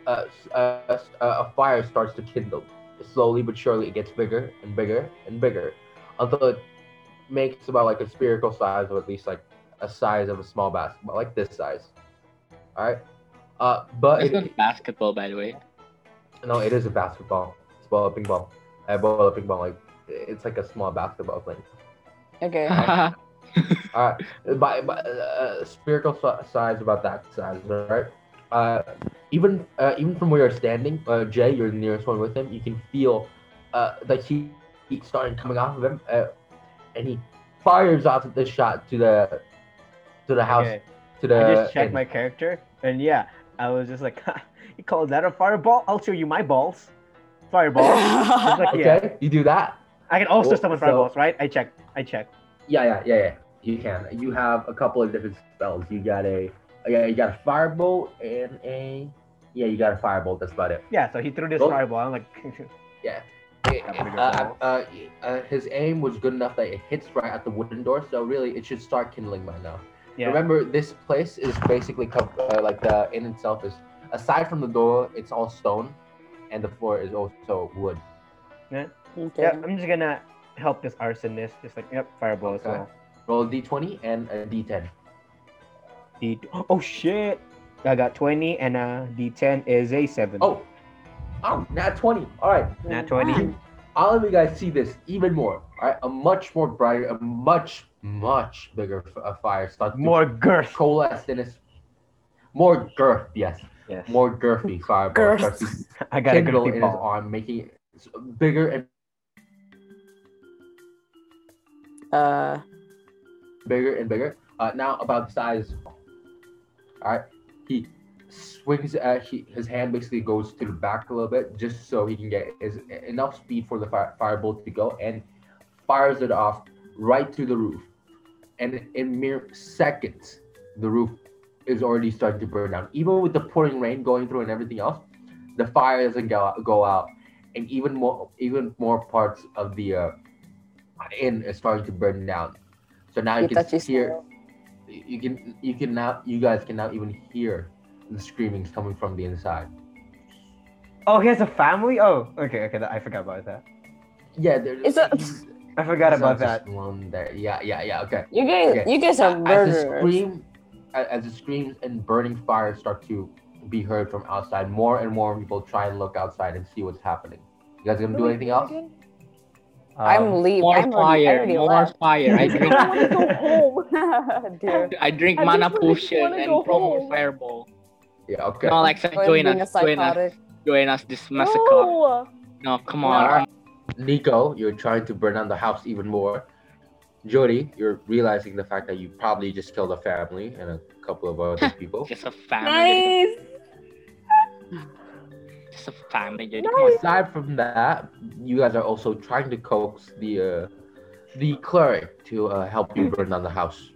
C: uh, s- uh, s- uh, a fire starts to kindle. Slowly but surely, it gets bigger and bigger and bigger, until it makes about like a spherical size, or at least like a size of a small basketball, like this size. All right. Uh, but
A: That's
C: it,
A: not basketball, by the way.
C: no, it is a basketball. It's a ball, ping ball. A ball, a ping ball. Like it's like a small basketball thing.
E: Okay.
C: Uh, by, by uh, spherical si- size, about that size, right? Uh, even uh, even from where you're standing, uh, Jay, you're the nearest one with him. You can feel uh, the heat heat starting coming off of him, uh, and he fires off the shot to the to the house
B: Okay.
C: to the.
B: I just checked
C: and-
B: my character, and yeah, I was just like, ha, you call that a fireball? I'll show you my balls. Fireball. It's
C: Uh,
B: like, yeah.
C: Okay, you do that.
B: I can also
C: Well,
B: summon
C: Oh, so-
B: fireballs, right? I checked. I checked.
C: Yeah, yeah, yeah, yeah. You can. You have a couple of different spells. You got a yeah, you got a firebolt and a yeah, you got a firebolt. That's about it.
B: Yeah, so he threw this
C: Well-
B: fireball. I'm like,
C: Yeah.
B: Happy to go
C: Uh, uh, uh, his aim was good enough that it hits right at the wooden door, so really it should start kindling by now.
B: Yeah.
C: Remember, this place is basically cov- uh, like the in itself is aside from the door, it's all stone, and the floor is also wood.
B: yeah.
E: Okay.
B: yeah, I'm just gonna help this arsonist. Just like, yep, fireball as
C: Okay.
B: well.
C: Roll a d20 and a d10.
B: D- oh shit! I got 20 and uh, D10 is a 7.
C: Oh, oh, nat 20. All right.
B: Nat 20.
C: all of you guys see this even more. All right, a much more brighter, a much much bigger f- uh, fire starts to
B: More girth.
C: coalesce in its more girth. Yes,
B: Yes.
C: more girthy fireball
E: Girth.
C: starts to
B: I got a
C: kindle in
B: girthy
C: his
B: ball.
C: arm, making it s- bigger and
E: Uh,
C: bigger and bigger. Uh, now about the size. All right, he swings. Uh, he, his hand basically goes to the back a little bit, just so he can get his, enough speed for the fire, firebolt to go, and fires it off right through the roof. And in mere seconds, the roof is already starting to burn down. Even with the pouring rain going through and everything else, the fire doesn't go out, go out, and even more, even more parts of the uh, inn is starting to burn down. So now you
E: you touch
C: can
E: his
C: hear
E: tail.
C: you can you can now you guys can now even hear the screamings coming from the inside.
B: Oh, he has a family? Oh, okay, okay. I forgot about that.
C: Yeah, there's
E: It's a-
B: I forgot
C: there's
B: about
C: just
B: that.
C: One there. Yeah, yeah, yeah. Okay.
E: You guys,
C: Okay.
E: you guys are
C: As the
E: murderers.
C: scream, a- as the screams and burning fires start to be heard from outside, more and more people try and look outside and see what's happening. You guys gonna do anything else?
B: Um,
E: I'm leaving.
A: More
E: I'm already, I
A: fire,
E: already
A: more
E: left.
A: fire. I drink,
B: I
D: I want to go home.
E: Dear.
A: I drink
D: I just
A: mana
D: wanna-
A: potion
D: wanna
A: and
D: go
A: throw more
D: home.
A: fireball.
C: Yeah. Okay.
A: No, Alexa,
E: I'm
A: join
E: being a
A: us. Join us.
E: psychotic.
A: Join us. This massacre. No,
D: No.
A: come on.
C: Alright. Nico, you're trying to burn down the house even more. Jody, you're realizing the fact that you probably just killed a family and a couple of other people.
A: Just a family.
D: Nice.
A: Just a family. dude.
D: Nice.
A: Come on.
C: aside from that, you guys are also trying to coax the uh, the cleric to uh, help you burn down the house.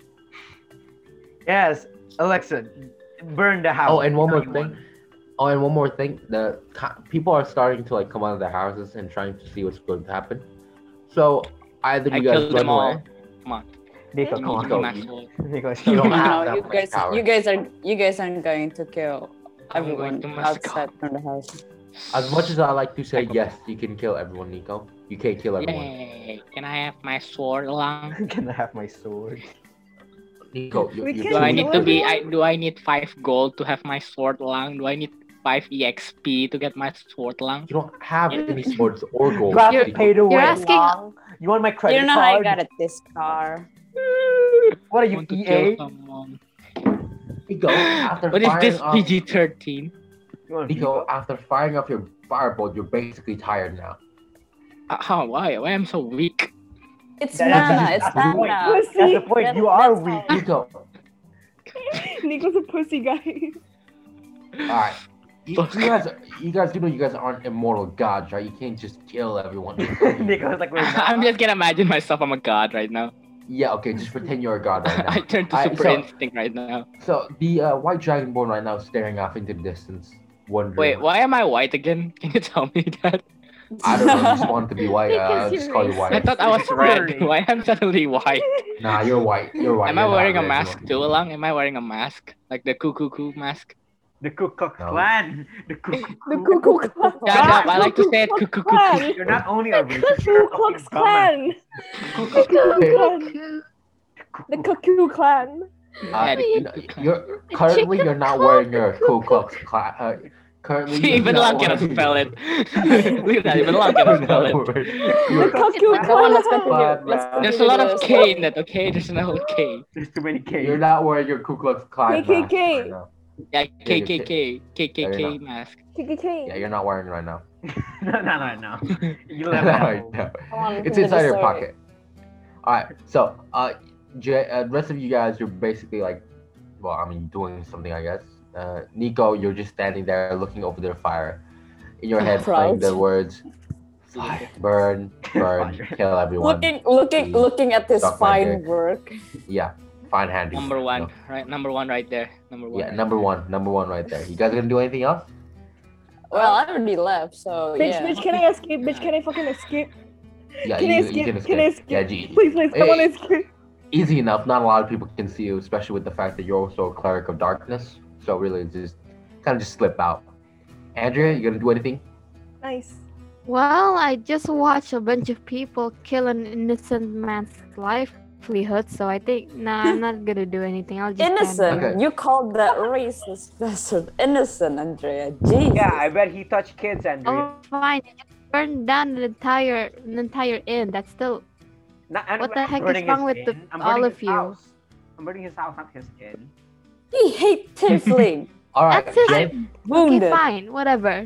B: Yes, Alexa, burn the house.
C: Oh, and one more
B: Burn
C: thing. Oh, and one more thing. The co- people are starting to like come out of their houses and trying to see what's going to happen. So either
A: I
C: you guys
A: killed
C: run
A: them all.
C: away.
A: Come on.
B: Nico,
A: Give
B: come
A: me-
B: on.
A: give me
C: go.
A: my sword.
B: Nico,
C: You don't have
E: No,
C: that
E: you
C: much
E: guys,
C: power.
E: you guys are, you guys aren't going to kill
A: I'm going
E: everyone
A: to massacre.
E: outside from the house.
C: As much as I like to say yes, you can kill everyone, Nico. You can't kill everyone.
A: Yay. Can I have my sword along?
B: Can I have my sword?
C: Nico, you,
D: We
C: you
D: can't
A: Do I
D: Yes,
A: need to be?
D: sword
A: I do I need five gold to have my sword along? Do I need five exp to get my sword along?
C: You don't have any swords or gold.
B: Glass
C: Nico.
B: paid away.
J: You're asking-
B: Long. You want my credit
E: you don't know how I
B: card?
E: got at this car.
B: What
A: I
B: are you, E
A: want to kill
B: EA?
A: someone.
C: Nico, after
A: What is
C: firing
A: this
C: off-
A: PG thirteen?
B: You want
C: Nico, after firing off your firebolt, you're basically tired now.
A: Uh, how? Why? Why I'm so weak?
E: It's
B: That-
E: mana.
B: that's-
E: It's
B: that's the point.
E: mana.
B: That's
D: Pussy.
B: the point.
E: That-
B: You are
E: that's
B: weak.
E: how-
C: Nico,
D: Nico's a pussy guy.
C: all right. You,
A: Fuck.
C: you guys, you guys do know you guys aren't immortal gods, right? You can't just kill everyone.
B: Nico's like, we're
A: I'm just gonna imagine myself. I'm a god right now.
C: Yeah, okay, just pretend you're a god right now.
A: I turn to
C: I-
A: Super
C: so-
A: Instinct right now.
C: So the uh, white dragonborn right now is staring off into the distance, wondering.
A: Wait, why am I white again? Can you tell me that?
C: I don't know. I just wanted to be white. Uh, I'll
A: Because
C: just call you white.
A: I thought I was red.
B: Sorry.
A: Why am I suddenly white?
C: Nah, you're white. You're white.
A: Am I
C: You're not Uh,
A: wearing a
C: red,
A: mask
C: you're
A: too, Lang? Am I wearing a mask? Like the cuckoo coo mask?
B: The Ku Klux
C: No.
B: Klan. The Ku Klux
D: The Ku Klux Klan.
A: Yeah, no, I like to say it cuckoo coo.
D: Klan.
B: You're not only a
D: The
B: racist, you're
D: Ku
B: a
D: Klux
B: fucking dumbass.
D: Klan.
C: Ku
D: The Ku Klux Klan. The
C: Klux Klan.
D: Ku Klux Klan.
C: Uh, you know, you're currently you're not wearing your Ku Klux Klan. Uh, currently, you're
A: even
C: not
A: Lang can
C: wearing-
A: spell it. Look at that, even Lang
C: You're
A: can
C: not
A: spell it.
C: wearing-
D: The
C: you're-
D: Ku
E: Come on, let's
D: Klux
E: continue.
C: Klan,
E: Let's
C: man.
A: There's a
E: continue
A: lot
E: this.
A: of K in that, okay? There's an old K.
B: There's too many K's.
C: You're not wearing your Ku Klux Klan. mask
D: KKK.
C: right now.
A: Yeah,
C: Yeah, you
A: KKK.
C: Yeah, you
A: KKK mask.
C: Yeah,
D: KKK.
C: you're not wearing it right now.
B: no, no, no, no. You
C: No,
B: left that.
C: no, no.
E: Come on,
C: It's
E: continue the
C: inside your
E: story.
C: pocket. All right. So, uh, J- uh, rest of you guys, you're basically like, well, I mean, doing something, I guess. Uh, Nico, you're just standing there looking over their fire, in your head playing
E: Proud.
C: the words,
A: Fire.
C: burn, burn,
B: Fire.
C: kill everyone.
E: Looking, looking,
C: Please
E: looking at this
C: suck my
E: fine
C: dick.
E: work.
C: Yeah, fine handy.
A: Number
C: No.
A: one, right? Number one right there. Number one.
C: Yeah, number one, number one right there. You guys gonna do anything else?
E: Well, I already left, so
D: Bitch,
E: yeah.
D: bitch, can I escape? Bitch, can I fucking escape?
C: Yeah,
D: Can
C: you,
D: I
C: you
D: escape?
C: can escape.
D: Can I escape?
C: Yeah, G-
D: Please, please, I
C: Hey.
D: want to escape.
C: easy enough. Not a lot of people can see you, especially with the fact that you're also a cleric of darkness. So really, it's just kind of just slip out. Andrea, you gonna do anything?
D: Nice.
J: Well, I just watched a bunch of people kill an innocent man's livelihood, so I think nah, I'm not gonna do anything. I'll just stand.
E: Innocent.
C: Okay.
E: You called that racist bastard innocent, Andrea. Jesus.
B: Yeah, I bet he touched kids, Andrea.
J: Oh, fine. you Just burn down an entire an entire inn. That's still
B: Not- I'm
J: What
B: not
J: the heck is
B: burning
J: wrong
B: his
J: with the-
B: inn. I'm
J: all
B: burning
J: of
B: his
J: you?
B: House. I'm burning his house, not his inn.
E: He hate tiefling.
C: All right,
J: That's it.
C: Jay,
J: okay.
E: wounded.
J: Fine, whatever.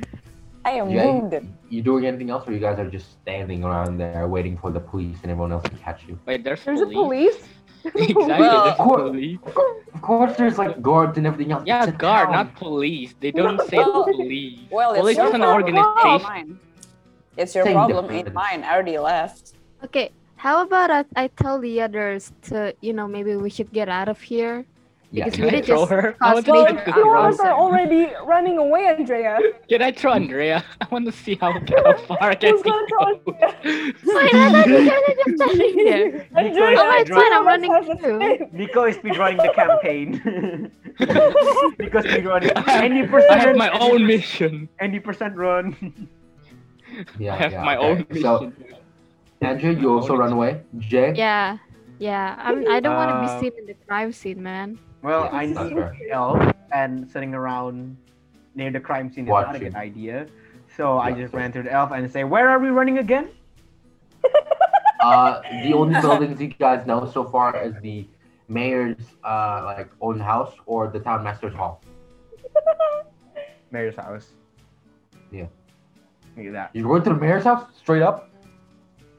E: I am
C: Yeah, you-
E: wounded.
C: you doing anything else, or you guys are just standing around there waiting for the police and everyone else to catch you?
A: Wait, there's,
D: There's a police.
A: exactly,
E: Well-
A: there's
C: Cool.
A: police.
C: Of course, there's like guards and everything else.
A: Yeah,
C: It's a
A: guard, not
C: town.
A: police. They don't say
E: Well-
A: police.
E: Well, it's
A: Police
E: your
A: is an
E: problem, not
A: organization.
E: mine. It's your
C: Same
E: problem,
C: difference.
E: ain't mine. I already left.
J: Okay, how about I, I tell the others to you know maybe we should get out of here.
C: Yeah,
J: Because
A: Can I
J: Really
A: throw
J: just
A: her? I
J: cause
A: want to
J: Well,
A: see
D: Your
J: it's
A: her get
J: your
A: out.
D: doors are already running away, Andrea.
A: Can I throw Andrea? I want to see how, how far I can
D: Who's gonna throw
A: go.
J: Wait, I thought you guys are just standing there.
D: Andrea,
B: Oh, it's
J: fine, I'm
D: someone
J: running
D: has a
J: too.
D: snake.
B: Nico is speedrunning the campaign. Nico speedrunning. Any percent.
A: I have my own mission.
B: Any percent run.
C: yeah,
A: I have
C: yeah,
A: my
C: okay.
A: own mission.
C: So, Andrea, you also run away. Jay,
J: Yeah, yeah. I'm. I don't want to
B: Uh,
J: be seen in the crime scene, man.
B: Well,
C: Yeah,
B: I
C: that's
B: need
C: fair.
B: help, and sitting around near the crime scene is not a
C: Watching.
B: good idea. So I
C: Yeah.
B: just ran through the elf and say, "Where are we running again?"
C: uh, the only buildings you guys know so far is the mayor's uh, like own house or the town master's hall.
B: Mayor's house.
C: Yeah.
B: Look at that.
C: You're going to the mayor's house straight up.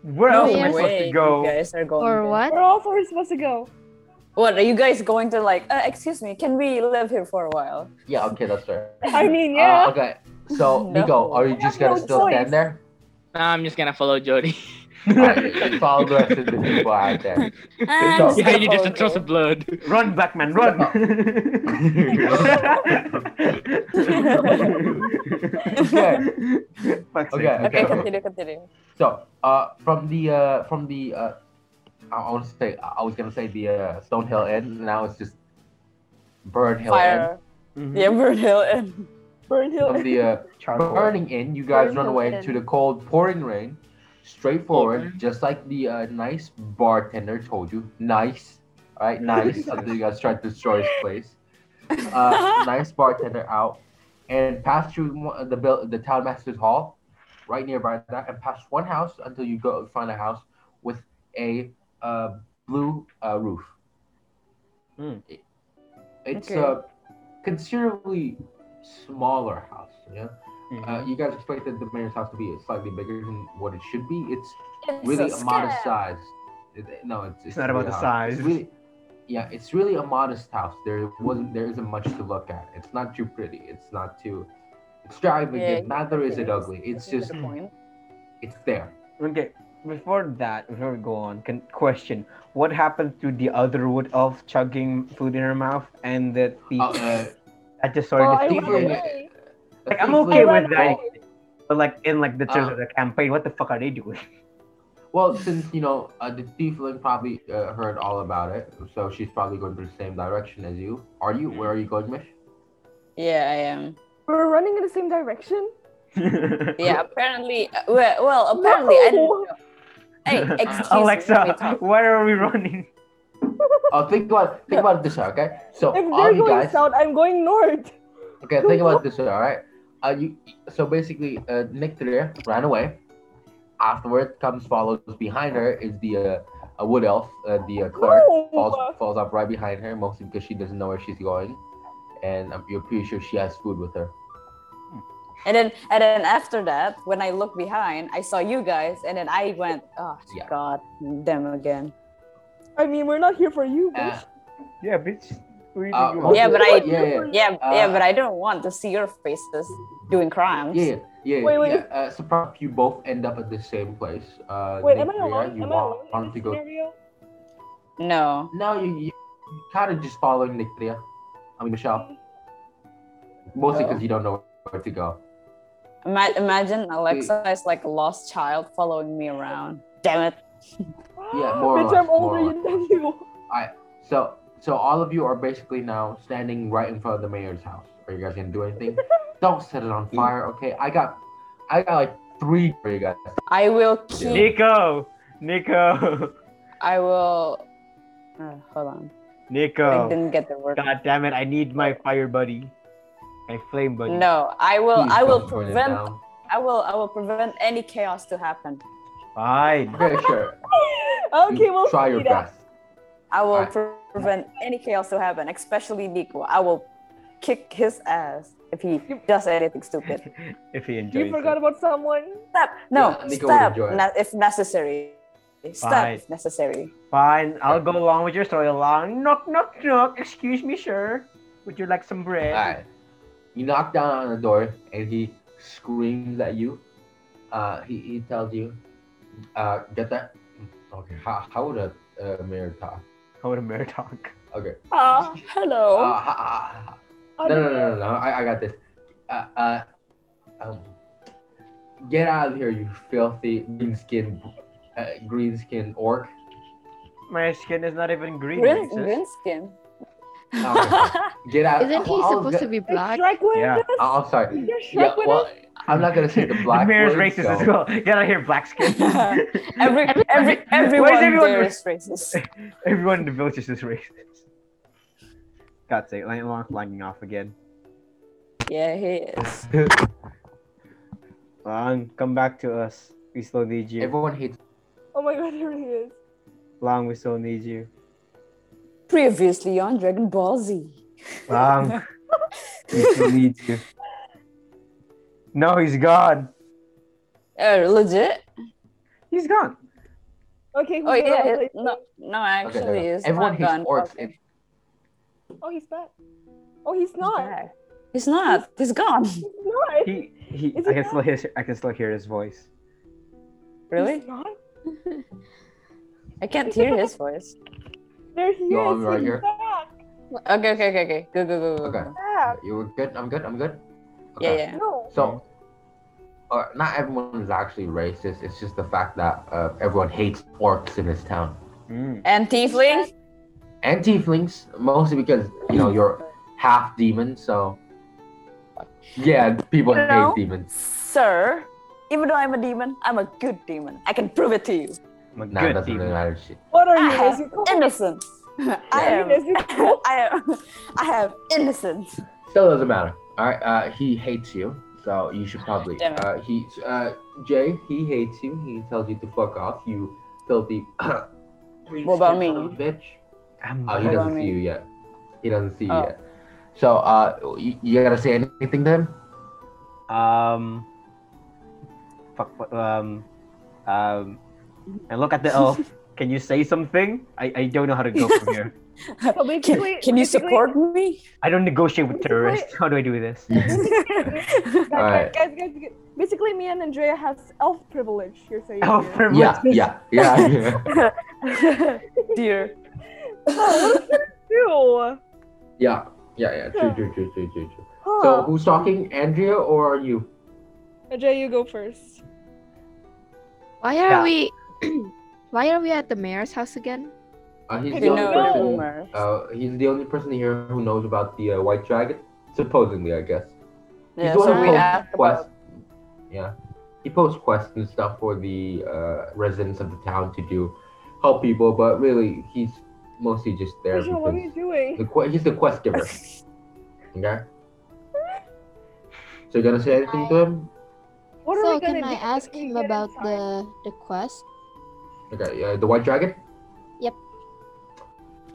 B: Where
E: No
B: else am I
J: Mayor's-
B: supposed
E: way
B: to
E: you
B: go?
E: guys are going.
J: Or
E: there.
J: what?
D: Where all four are supposed to go?
E: What are you guys going to like? Uh, excuse me, can we live here for a while?
C: Yeah, okay, that's fair.
D: I mean,
C: Uh,
D: yeah.
C: okay, so
E: No.
C: Nico, are you
D: I
C: just
D: have
C: gonna
D: no
C: still
D: choice.
C: stand there?
A: Nah, I'm just gonna follow Jody.
C: Alright, follow the rest of the people out there.
E: I'm
C: So-
E: just
A: Yeah,
E: gonna
A: you just
E: follow
A: a trace of blood.
B: Run, black man, run! Fuck's sake.
C: Okay.
E: Okay, continue, continue.
C: So, uh, from the uh, from the uh, I, I want to say I was gonna say the uh, Stonehill Inn. Now it's just Burn Hill Inn.
E: Fire.
B: Mhm.
E: Yeah, burn hill and
D: Burn Hill.
C: From the uh,
B: Charcoal.
C: burning in, you guys
J: Burn
C: run
J: Hill
C: away
J: Inn.
C: into the cold, pouring rain. Straight forward, just like the uh, nice bartender told you. Nice, all right, nice. Until you guys tried to destroy his place. Uh, nice bartender out, and pass through one- the bill, the town master's hall, right nearby that, and past one house until you go find a house with a uh, blue uh, roof.
B: Hmm.
C: It- It's
D: Okay.
C: a considerably smaller house. Yeah. Uh, you guys expected the mayor's house to be slightly bigger than what it should be. It's
E: It's
C: really
E: a
C: a modest
E: scam.
C: size. It- No, it's,
B: It's not about the
C: really hard. It's
B: size.
C: really- yeah, it's really a modest house. There wasn't, there isn't much to look at. It's not too pretty. It's not too extravagant.
E: Yeah,
C: Neither is it
E: yeah,
C: ugly. It's
E: That's
C: just,
E: the point.
C: it's there.
B: Okay, before that, before we go on, can question what happened to the other wood elf chugging food in her mouth and the thief
C: Uh, uh,
B: that just
E: Oh,
B: sort of
D: I
B: defeated
D: ran
B: me.
D: away.
B: Like I'm okay
D: I
B: with
D: ran
B: that,
D: away.
B: but like in like the terms
C: Uh,
B: of the campaign, what the fuck are they doing?
C: Well, since you know uh, the tiefling probably uh, heard all about it, so she's probably going to the same direction as you. Are you? Where are you going, Mish?
E: Yeah, I am.
D: We're running in the same direction.
E: Yeah, apparently. uh, Well, well apparently, I didn't
D: No.
E: know. Hey, excuse me. let me
B: Alexa,
E: talk.
B: where are we running?
C: Oh, think about think about it this way, okay? So
D: If
C: all
D: they're
C: you
D: going
C: guys,
D: south, I'm going north.
C: okay, think about it this way, all right? Uh, you so basically, uh, Nick Thayer ran away. Afterward, comes follows behind her is the uh, a wood elf, uh, the uh, clerk
D: No.
C: falls falls up right behind her, mostly because she doesn't know where she's going, and I'm, you're pretty sure she has food with her.
E: And then, and then after that, when I looked behind, I saw you guys, and then I went, oh
C: Yeah.
E: God, them again.
D: I mean, we're not here for you, bitch.
B: Yeah, bitch. What do you think you
C: Uh, most-
B: want?
E: Yeah, but I-
C: yeah, yeah.
E: Yeah, yeah,
C: Uh,
E: but I don't want to see your faces doing crimes.
C: Yeah, yeah,
D: Wait, wait.
C: yeah. Uh, so perhaps you both end up at the same place. Uh,
D: Wait, am I
C: Nick, Rhea,
D: alone?
C: You
D: Am I
C: want,
D: alone in
C: to
D: this
C: go?
D: scenario?
E: No.
C: No, you, you kind of just following Nictria. I mean Michelle. Mostly because you don't know where to go.
E: Ima- imagine Alexa is like a lost child following me around. Damn it.
C: Yeah, more or
D: Bitch,
C: less,
D: I'm
C: more or
D: older
C: less.
D: than you.
C: So, so all of you are basically now standing right in front of the mayor's house. Are you guys gonna do anything? don't set it on fire, okay? I got, I got like three for you guys.
E: I will keep.
B: Nico, Nico,
E: I will. Uh, hold on.
C: Oh.
E: I
B: Nico.
E: didn't get the word.
B: God damn it! I need my fire buddy, my flame buddy.
E: No, I will.
C: Please
E: I will
C: don't burn Hmm. it
E: prevent.
C: down.
E: I will. I will prevent any chaos to happen.
B: Fine.
C: Okay, sure.
D: okay,
C: You
D: we'll
C: try
D: see
C: your
D: that.
C: best.
E: I will
C: Alright.
E: pre- prevent any chaos to happen, especially Nico. I will kick his ass if he does anything stupid.
B: if he enjoys.
D: You forgot
B: it.
D: about someone.
E: Stop. No.
C: Yeah, Nico would
E: stop.
C: enjoy it.
E: Na- if necessary. Stop
B: Fine.
E: if necessary.
B: Fine, I'll go along with your story. Along. Knock, knock, knock. Excuse me, sir. Would you like some bread?
C: Alright. You knock down on the door and he screams at you. Uh, he, he tells you, uh, get that. Okay, how, how would a, a mayor talk?
B: How would a mayor talk?
C: Okay.
E: Ah,
H: Oh.
C: Uh,
E: hello.
C: ha- ha- ha-
D: I'm
C: no, no, no, no, no. I, I got this. Uh, uh, um, get out of here, you filthy green skin, uh, green skin orc.
B: My skin is not even green.
E: Grin,
B: racist.
E: grin skin.
C: Oh, Get out.
H: Isn't he
C: Well, I was
H: supposed
C: go-
H: to be
D: Is
H: black?
D: Shrek with
B: Yeah.
D: us?
C: Oh, I'm sorry.
D: You're Shrek
C: Yeah,
D: with
C: well,
D: us?
C: I'm not gonna say the black.
B: the mayor's
C: word,
B: racist
C: so-
B: as well. Get out of here, black skin.
E: Every, every, everyone
B: Why is everyone
E: there
B: ra-
E: is racist.
B: Everyone in the village is just racist. God's sake, Lang Long's lagging off again.
E: Yeah, he is.
B: Long, come back to us. We still need you.
C: Everyone hates.
D: Oh my god, there he is.
B: Long, we still need you.
E: Previously on Dragon Ball Z.
B: Long, we still need you. No, he's gone.
E: Uh, legit?
B: He's gone.
D: Okay,
E: Oh
D: who's the
E: yeah,
D: other
E: it- no, no,
C: Okay,
E: actually,
C: there you
E: it's
C: go. everyone
E: not
C: hates
E: gone.
C: orcs.
E: Okay.
C: It-
D: place? Oh, he's back. Oh, he's not.
E: back. He's not. He's gone.
D: He's not.
B: He, he.
D: Is
B: I can
D: he gone?
B: still hear. I can still hear his voice.
E: Really?
D: He's not.
E: I can't hear his voice.
D: There he
C: No,
D: is.
C: I'm right
D: he's
C: here.
D: back.
E: Okay, okay, okay, okay. Go, go, go, go.
C: Okay.
E: go.
D: Back.
C: You were good. I'm good. I'm good.
E: Yeah, yeah.
D: No.
C: So, uh, not everyone is actually racist. It's just the fact that uh, everyone hates orcs in this town
B: Mm.
E: And tiefling?
C: and tieflings, mostly because you know you're half demon. So, yeah, people
E: You know?
C: hate demons.
E: Sir, even though I'm a demon, I'm a good demon. I can prove it to you.
B: I'm a
C: Nah, it
B: good
C: doesn't really
B: demon.
C: matter. Shit.
D: What are
E: I
D: you,
E: have
D: Nezuko?
E: innocence. I
D: Are you
E: am.
D: Nezuko?
E: I am. I have innocence.
C: Still doesn't matter. All right. Uh, he hates you, so you should probably.
E: Damn it.
C: Uh, he, uh, Jay, he hates you. He tells you to fuck off. You filthy.
E: What about me?
C: Bitch.
B: I'm
C: Oh, he
E: Hold
C: doesn't
E: on,
C: see
E: wait.
C: you yet. He doesn't see you
E: Oh.
C: yet. So, uh, you, you gotta say anything to him?
B: Um. Fuck. fuck, Um. Um. And look at the elf. Can you say something? I, I don't know how to go from here.
D: So basically,
E: Can
D: basically-
E: you support me?
I: I don't negotiate with terrorists. How do I do this?
D: guys,
I: Alright.
D: guys, guys, guys, basically, me and Andrea has elf privilege. You're saying
I: Elf
D: here.
I: privilege. Yeah, yeah, yeah.
E: Dear.
D: Oh, what do?
C: Yeah, yeah, yeah. True, true, true, true, true, true.
E: Oh.
C: So who's talking, Andrea or are you?
D: Ajay, you go first.
J: Why are
C: Yeah.
J: we? why are we at the mayor's house again?
C: Uh, he's
J: I
C: the only
J: know.
C: person. Uh, he's the only person here who knows about the uh, white dragon. Supposedly, I guess.
E: Yeah,
C: he's the one
E: so
C: who
E: we
C: posed
E: asked
C: quests. Yeah, he posts quests and stuff for the uh, residents of the town to do, help people. But really, he's mostly just there
D: Ajay, what are you
C: because the
D: doing?
C: que- he's the quest giver. okay. So you gonna say anything to him?
D: What are
J: so
D: we gonna
J: can I
D: do
J: ask him about the the quest?
C: Okay. Uh, the white dragon.
J: Yep.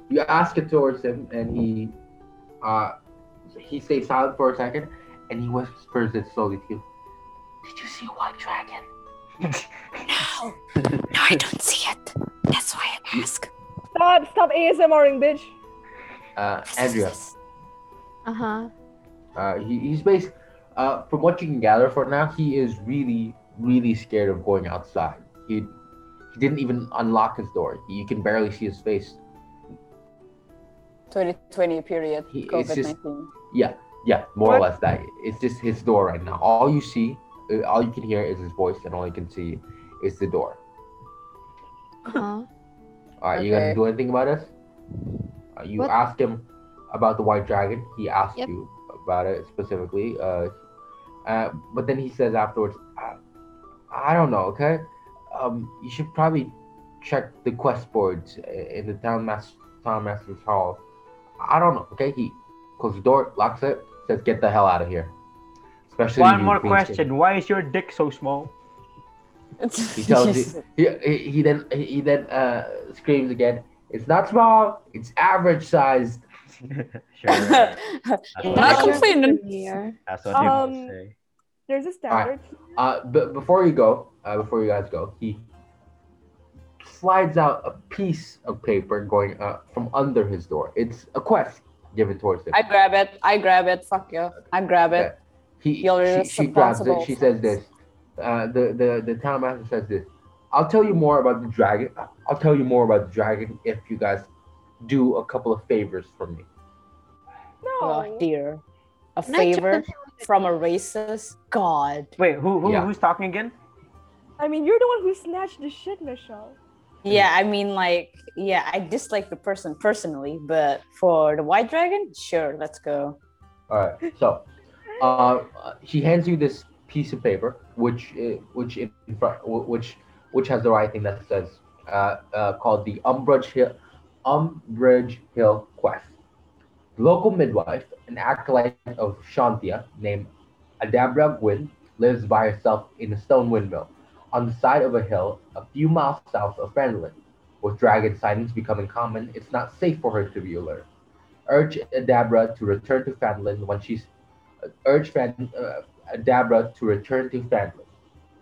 C: you ask it towards him and he uh he stays silent for a second and he whispers it slowly to you did you see white dragon
E: No, no, I don't see it. That's why I ask.
D: Stop, stop ASMRing, bitch.
C: uh andrea
J: Uh huh.
C: uh he, he's based uh from what you can gather for now he is really really scared of going outside he he didn't even unlock his door you can barely see his face
E: 2020 period.
C: it's
E: COVID
C: just-
E: 19.
C: yeah yeah more or less that it's just his door right now all you see uh, all you can hear is his voice and all you can see is the door
J: Uh huh.
C: All right, Ah, you gonna
E: Okay.
C: do anything about this? Uh, you
J: What-
C: asked him about the white dragon. He asked
J: Yep.
C: you about it specifically. Uh, uh, but then he says afterwards, I, I don't know. Okay, um, you should probably check the quest boards i- in the town master town master's hall. I don't know. Okay, he closes the door, locks it, says, "Get the hell out of here." Especially
I: One
C: you
I: more
C: being scared.
I: question. Why is your dick so small?
C: He tells you. He, he, he then he he then uh, screams again. It's not small. It's average sized.
I: sure.
C: what
E: Not
C: he-
E: complaining.
I: That's
D: what he would Um, say. There's a standard.
C: Uh, but before you go, uh, before you guys go, he slides out a piece of paper going uh, from under his door. It's a quest given towards him.
E: I grab it. I grab it. Fuck you. I grab it.
C: He,
E: You're
C: she, she grabs it.
E: responsible
C: She
E: for
C: says this. Uh, the, the the town master says this. I'll tell you more about the dragon. I'll tell you more about the dragon if you guys do a couple of favors for me.
E: Oh dear. A
J: Can I check
E: favor from a racist? God.
I: Wait, who, who
C: Yeah.
I: who's talking again?
D: I mean, you're the one who snatched the shit, Michelle.
E: Yeah, I mean, like, yeah, I dislike the person personally, but for the white dragon, sure, let's go.
C: All right. So, uh, she hands you this piece of paper, which uh, which in front, wh- which which has the writing that says uh, uh, called the Umbridge Hill Umbridge Hill Quest. Local midwife, an acolyte of Shantia named Adabra Gwyn, lives by herself in a stone windmill on the side of a hill a few miles south of Brandlin. With dragon sightings becoming common, it's not safe for her to be alert urge Adabra to return to Fanlin when she's urge Fan, uh, Adabra to return to Fanlin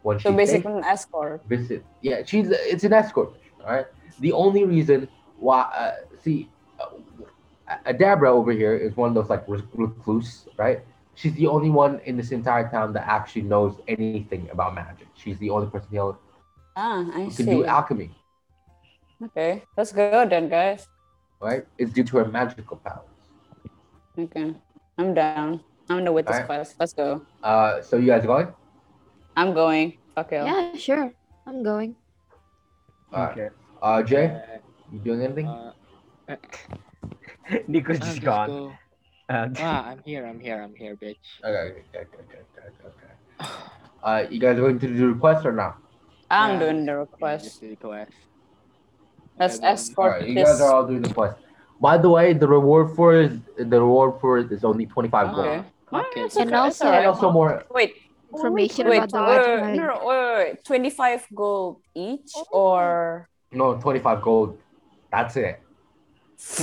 C: when she
E: So basically, an escort.
C: visit. Yeah, she's it's an escort. mission, All right. The only reason why uh, see uh, Adabra over here is one of those like rec- recluse, right? She's the only one in this entire town that actually knows anything about magic. She's the only person here
E: Ah, I
C: who can
E: see.
C: do alchemy,
E: Okay, let's go then, guys.
C: right? It's due to her magical powers.
E: Okay, I'm down. I'm the witness
C: Alright.
E: quest. Let's go.
C: Uh, so you guys going?
E: I'm going. Fuck you.
J: Yeah, sure. I'm going.
C: All right. Uh, Jay, you doing anything?
A: Uh,
E: Uh,
I: Nico's just gone. Uh,
A: ah, I'm here, I'm here, I'm here, bitch.
C: Okay, okay, okay, okay, okay, okay. Uh, you guys going to do requests or not?
E: I'm
A: Yeah,
E: doing the
A: Just
E: request.
A: the request.
E: Let's
A: Yeah,
C: All
E: escort
C: right, you
E: this.
C: guys are all doing requests. By the way, the reward for it, the reward for it is only twenty five
E: Okay.
C: gold.
A: Okay.
E: It's okay,
J: And
E: it's
J: also-
E: alright.
C: And also more.
E: Wait,
J: Information
E: wait,
J: about the
E: wait,
J: white
E: wait,
J: dragon.
E: no, wait, wait, 25 gold each
J: Oh.
E: or.
C: No, twenty five gold. That's it.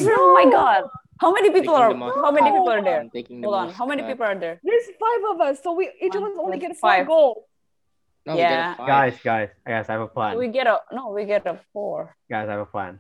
E: Oh my god. How many people
A: Taking
E: are
A: the most
E: how many people are
A: cut.
E: there?
A: I'm taking the
E: Hold on.
A: most
E: How many
A: cut.
E: people are there?
D: There's five of us, so we each of
E: One,
D: us only
E: like
D: get
E: five.
D: five gold.
A: No, we get a
E: Yeah.
A: five.
I: guys, guys, guys, I have a plan.
E: We get a no, we get a four.
I: Guys, I have a plan.